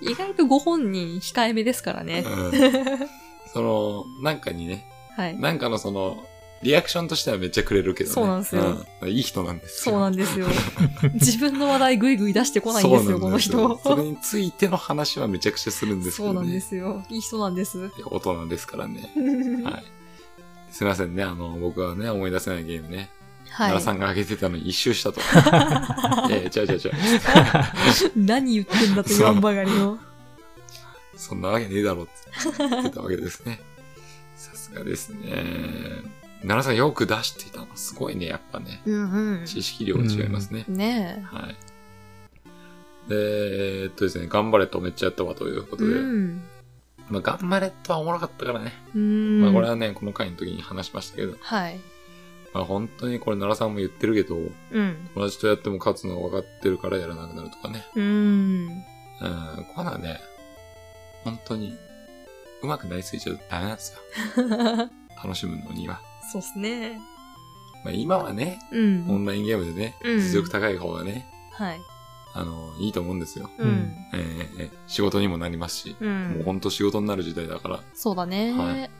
意外とご本人控えめですからね。
うん、その、なんかにね、
はい。
なんかのその、リアクションとしてはめっちゃくれるけどね。
そうなんですよ
うんいい人なんです
そうなんですよ。 自分の話題ぐいぐい出してこないんですよ、この
そうなん
人
です。よそれについての話はめちゃくちゃするんです
そ
けど
うな
ね。
んですよ。いい人なんです。
大人ですからね。 はい。すいませんね。あの、僕はね、思い出せないゲームね。
は
奈良さ
い。
んが挙げてたのに一周し たと。いやいや、違う違う違う。
何言ってんだと言わんばかりの。
そんなわけねえだろって言ってたわけですね。さすがですね。奈良さんよく出していたの。すごいね、やっぱね。
うん
知識量が違いますね。
うん。ね
はい。で、えーっとですね、頑張れとめっちゃやったわというこ
え。
とで、
うん。
まあ、頑張れとはおもろかったからね。
うん。
まあ、これはね、この回の時に話しましたけど、
はい。
まあ、本当にこれ奈良さんも言ってるけど、
うん。
友達とやっても勝つの分かってるからやらなくなるとかね。
うん。
うん、こうなね、本当に、うまくなりすぎちゃダメな んですよ。楽しむのには。
そうっすね。
まあ、今はね、
う
オ
ん。
ンラインゲームでね、
うん
実力高い方がね、
はい。
あの、いいと思うんですよ。
うん。
えーえー仕事にもなりますし、
う。
もうんほんと仕事になる時代だから、
そうだね。
はい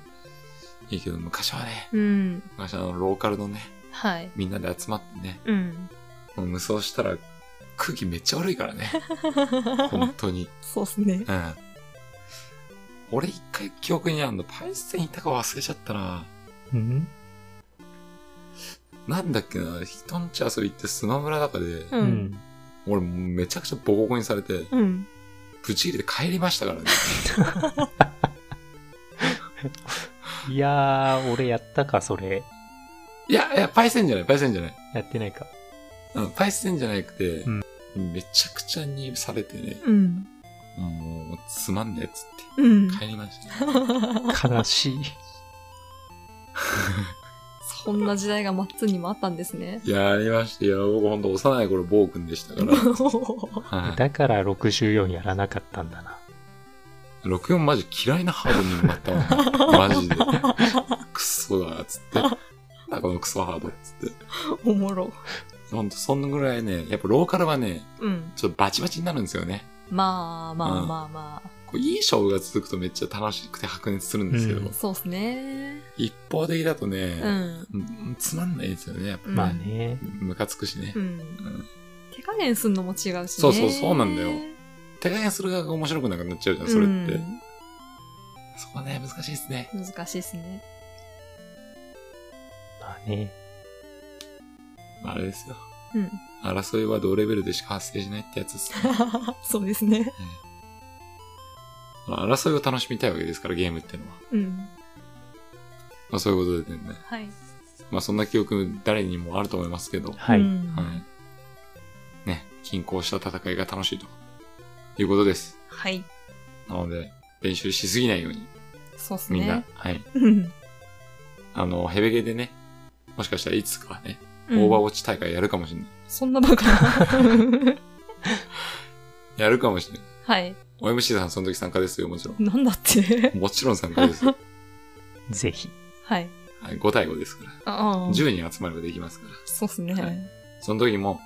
いいけど、昔はね、
うん。
昔あの、ローカルのね、
はい。
みんなで集まってね、
うん。
もう無双したら空気めっちゃ悪いか らね。本当に。
そうっすね。
うん。俺一回記憶にあるの、パイセンいたか忘れちゃったな。
うん
なんだっけな、人んち遊び行ってスマブラだかで、
う。
うんん。
俺めちゃくちゃボコボコにされて、
うん。
ぶち切れて帰りました からね。
いやー、俺やったか、それ。
いや、いや、パイセンじゃない、パイセンじゃない。
やってないか。
うん、パイセンじゃなくて、
うん
めちゃくちゃにされてね、
うん。
もう、つまんねえっつっ
うん
て、。帰りました。
悲しい。
そんな時代がマッツンにもあったんです ね。
いや、ありましたよ。僕ほんと幼い頃、暴君でしたか ら。はい。
だから64やらなかったんだな。
64マジ嫌いなハードに埋まったわ。マジで。クソだ、つって。あ、このクソハード、つって。
おもろ。
ほんと、そんぐらいね、やっぱローカルはね、
うん。
ちょっとバチバチになるんですよね。
まあまあまあま
こういい勝負が続くとめっちゃ楽しくて白熱するんですけど、
う
あ。そうっすね。
一方的だと
う
ね、
ん。
うんつまんないんですよね、やっぱ。
うん
まあね。
ムカつくしね。
うん。手加減すんのも違うしね。
そうそうそうなんだよ手加減する側が面白くなくなっちゃうじゃん、それって。
うん
そこね、難しいですね。
難しいっすね。
まあね。
あれですよ。
うん。
争いは同レベルでしか発生しないってやつですね。
そうですね。
まあ争いを楽しみたいわけですから、ゲームってのは。
うん。
まあそういうことでね。
はい。
まあそんな記憶誰にもあると思いますけど。は
は
う
い。
ん
い。ね、均衡した戦いが楽しいと。いうことです。
はい。
なので、練習しすぎないように、
そうっす
みんな、
ね。
はい。
うん。
あの、ヘベゲでね、もしかしたらいつかはね、
うん
オーバーウォッチ大会やるかもしれない。
そんなバカ な。
やるかもしれない。
はい。
OMC さんその時参加ですよ、もちろん。
なんだって。
もちろん参加ですよ。
ぜひ。
はい。
はい、5対5ですから。
ああ。
10人集まればできますから。
そうっすね。
はいその時も、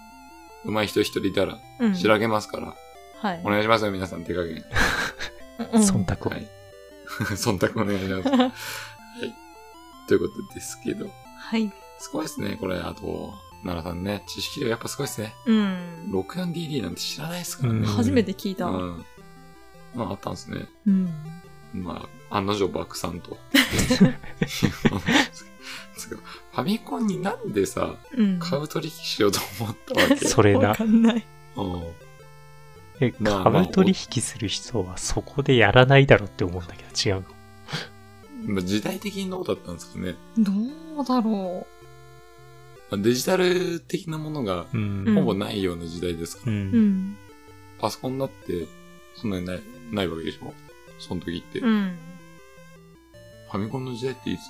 上手い人一人いたら、
うん。
調げますから、
はい
お。願いしますよ、皆さん、手加減。
うん
忖度を
は。い。 忖度お願いします。はい。ということですけど、
はい。
すごいですね、これ。あと、奈良さんね、知識量やっぱすごいですね。
うん。
64DD なんて知らないですからね。
うん
初めて聞いた。
うん。まあ、あったんですね。
うん。
まあ、案の定爆散 と。つうかファミコンになんでさ、
うん。
買う取引しようと思った わけ
それだ
わかんない。
うん
え、
まあまあ
株取引する人はそこでやらないだろうって思うんだけど、違うの。
まあ時代的にどうだったんですかね。
どうだろ
まあデジタル的なものが
う
ほ
ん。
ぼないような時代ですか
う。
ら、
う。うんん。
パソコンだってそんなにないないわけでしょその時って。
う
フ
ん。
ァミコンの時代っていつ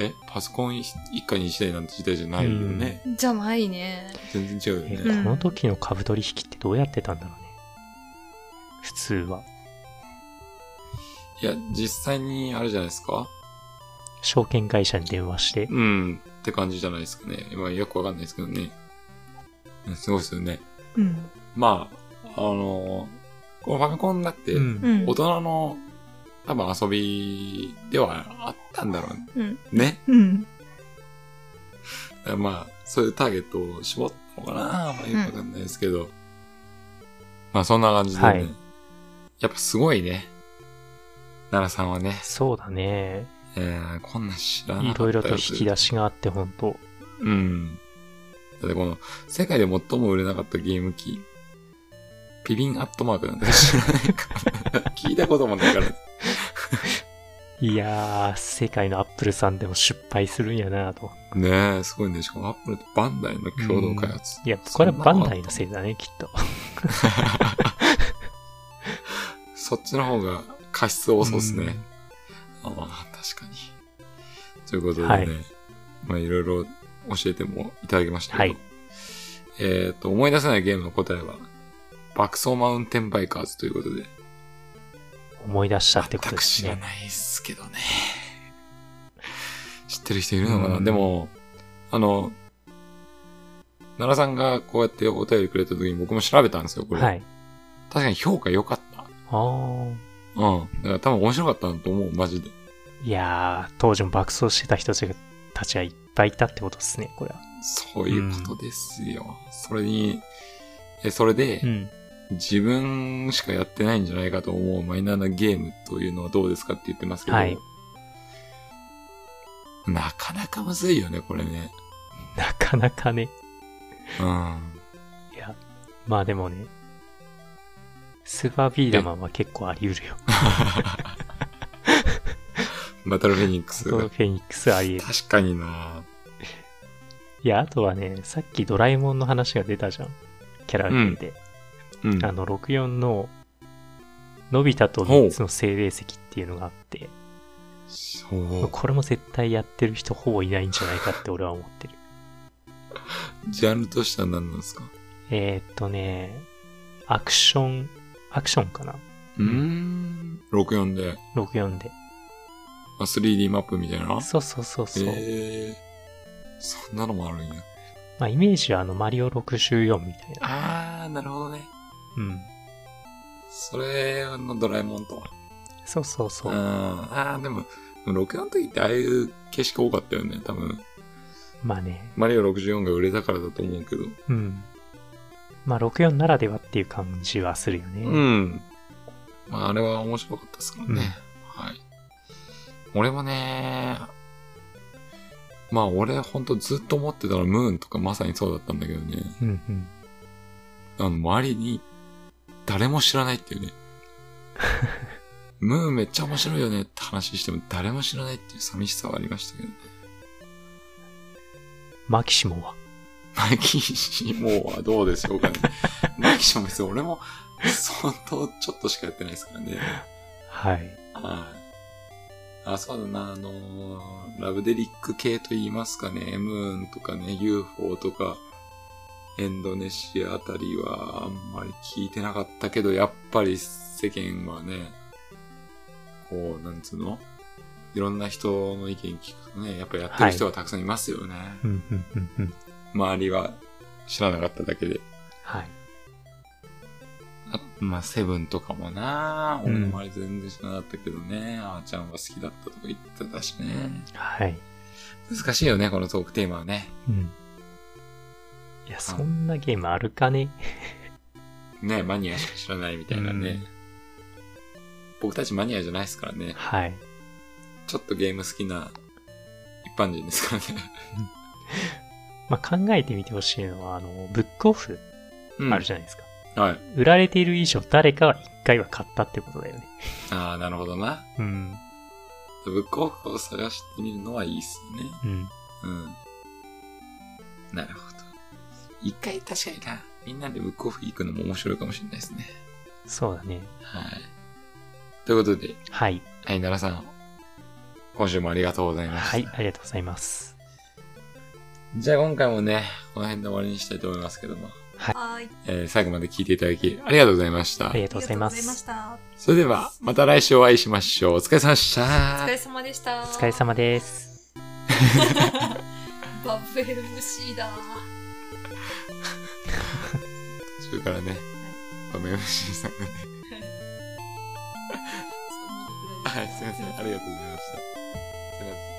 えパソコン一一家に一台なんて時代じゃないよね。
じゃないね。
全然違う
え、
よ
こ
ね。
うん
の時の株取引ってどうやってたんだろうね。普通は。
いや、実際にあれじゃないですか
証券会社に電話して。
うん。って感じじゃないですかね。今よくわかんないですけどね。うんすごいですよね。
うん。
まあ、あのーこのファミコンだって、
うん。
ん
大人の多分遊びではあったんだろう
うん。
ね。
うん。
まあ、そういうターゲットを絞ったのかなまあよくわかんないですけど。まあそんな感じでね。
はい
やっぱすごいね。奈良さんはね、
そうだね。
えー、こんなん知らないか
ろ
っ
い
た
ろ
よ
と引き出しがあって、ほんと。
うん。だってこの、世界で最も売れなかったゲーム機、 ピビンアットマークなんて知らないから、聞いたこともないから。
いやー、世界のアップルさんでも失敗するんやなと。
ねえ、すごいね。しかもアップルとバンダイの共同開発。
いや、これはバンダイ
そん
の
な
せいだね、きっと。
そっちの方が過失多そうです
う
ね
ん。
ああ、確かに。ということでね、
はい
まあいろいろ教えてもいただきましたけど、
はい
えっ、と、思い出せないゲームの答えは、爆走マウンテンバイカーズということで、
思い出したってこと
全
で
く
す
知ら
ね。
ないっすけどね。知ってる人いるのかな、
うん
でも、あの、奈良さんがこうやってお便りくれた時に僕も調べたんですよ、これ。
はい。
確かに評価良かった。
あー。
うん。だから多分面白かったんだと思う、マジで。
いやー、当時も爆走してた人たちがいっぱいいたってことですね、これは。
そういうことですよ。それに、え、それで、
うん。
自分しかやってないんじゃないかと思うマイナーなゲームというのはどうですかって言ってますけど、
はい
なかなかむずいよね、これね。
なかなかね。
うん。
いや、まあでもね、スーパービーダマンは結構あり得るよ。
バトルフェニックス。
そのフェニックスあり得る。
確かにない
や、あとはね、さっきドラえもんの話が出たじゃん。キャラ名で。
うん。
あの、64の、のび太と3つの精霊石っていうのがあって、
そう。
これも絶対やってる人ほぼいないんじゃないかって俺は思ってる。
ジャンルとしては何なんですか
えーっとね、アクション、アクションかな
うーん。64で、
?64 で。
あ 3D マップみたいな
そうそうそうそう。
えー、そんなのもあるんや。
まあ、イメージはあの、マリオ64みたいな。
あー、なるほどね。
うん。
それのドラえもんとは。
そうそう
う
そ
ん。
う。
あー、でも、でも64の時ってああいう景色多かったよね、多分。
まあね、
マリオ64が売れたからだと思うけど。
うん。まあ、64ならではっていう感じはするよね。
うん。まあ、あれは面白かったですからね。はい。俺もね、まあ俺ほんとずっと思ってたらムーンとかまさにそうだったんだけどね。
うんうん。
あの、周りに誰も知らないっていうね。ムーンめっちゃ面白いよねって話しても誰も知らないっていう寂しさはありましたけどね。
マキシモは。
マキシモはどうでしょうかね。マキシモ別に俺も相当ちょっとしかやってないですからね。
はい。
はい。あ、そうだな、あのーラブデリック系と言いますかね、ムーンとかね、UFO とか、インドネシアあたりはあんまり聞いてなかったけど、やっぱり世間はね、こう、なんつうのいろんな人の意見聞くとね、やっぱやってる人はたくさんいますよね。
うんうんうんうん。
周りは知らなかっただけで。
はい。
あまあ、セブンとかもな、
うん
俺もあれ全然知らなかったけどね、あーちゃんは好きだったとか言ってたしね。
はい。
難しいよね、このトークテーマはね。
うん。いや、そんなゲームあるかね。
ね、マニアしか知らないみたいなね。僕たちマニアじゃないですからね。
はい。
ちょっとゲーム好きな一般人ですからね。
まあ、考えてみてほしいのは、あの、ブックオフ
うん
あるじゃないですか。
はい。
売られている以上、誰かは一回は買ったってことだよね。
ああ、なるほどな。
うん。
ブックオフを探してみるのはいいっすね。
うん。
うん。なるほど。一回確かにな、みんなでブックオフ行くのも面白いかもしれないですね。
そうだね。
はい。ということで、
は
は
い。
い、奈良さん。今週もありがとうございました。
はい。ありがとうございます。
じゃあ今回もね、この辺で終わりにしたいと思いますけども。
はーい。
えー最後まで聞いていただき、ありがとうございました
あり。がとうございま
ありがとうございまし
す。
た。
それでは、また来週お会いしましょう。お疲れ様でした。
お疲れ様でした。
お疲れ様です。
バブル MC だ。
それからね、バメ MC さんがね、はい、すいません。ありがとうございました。すいません。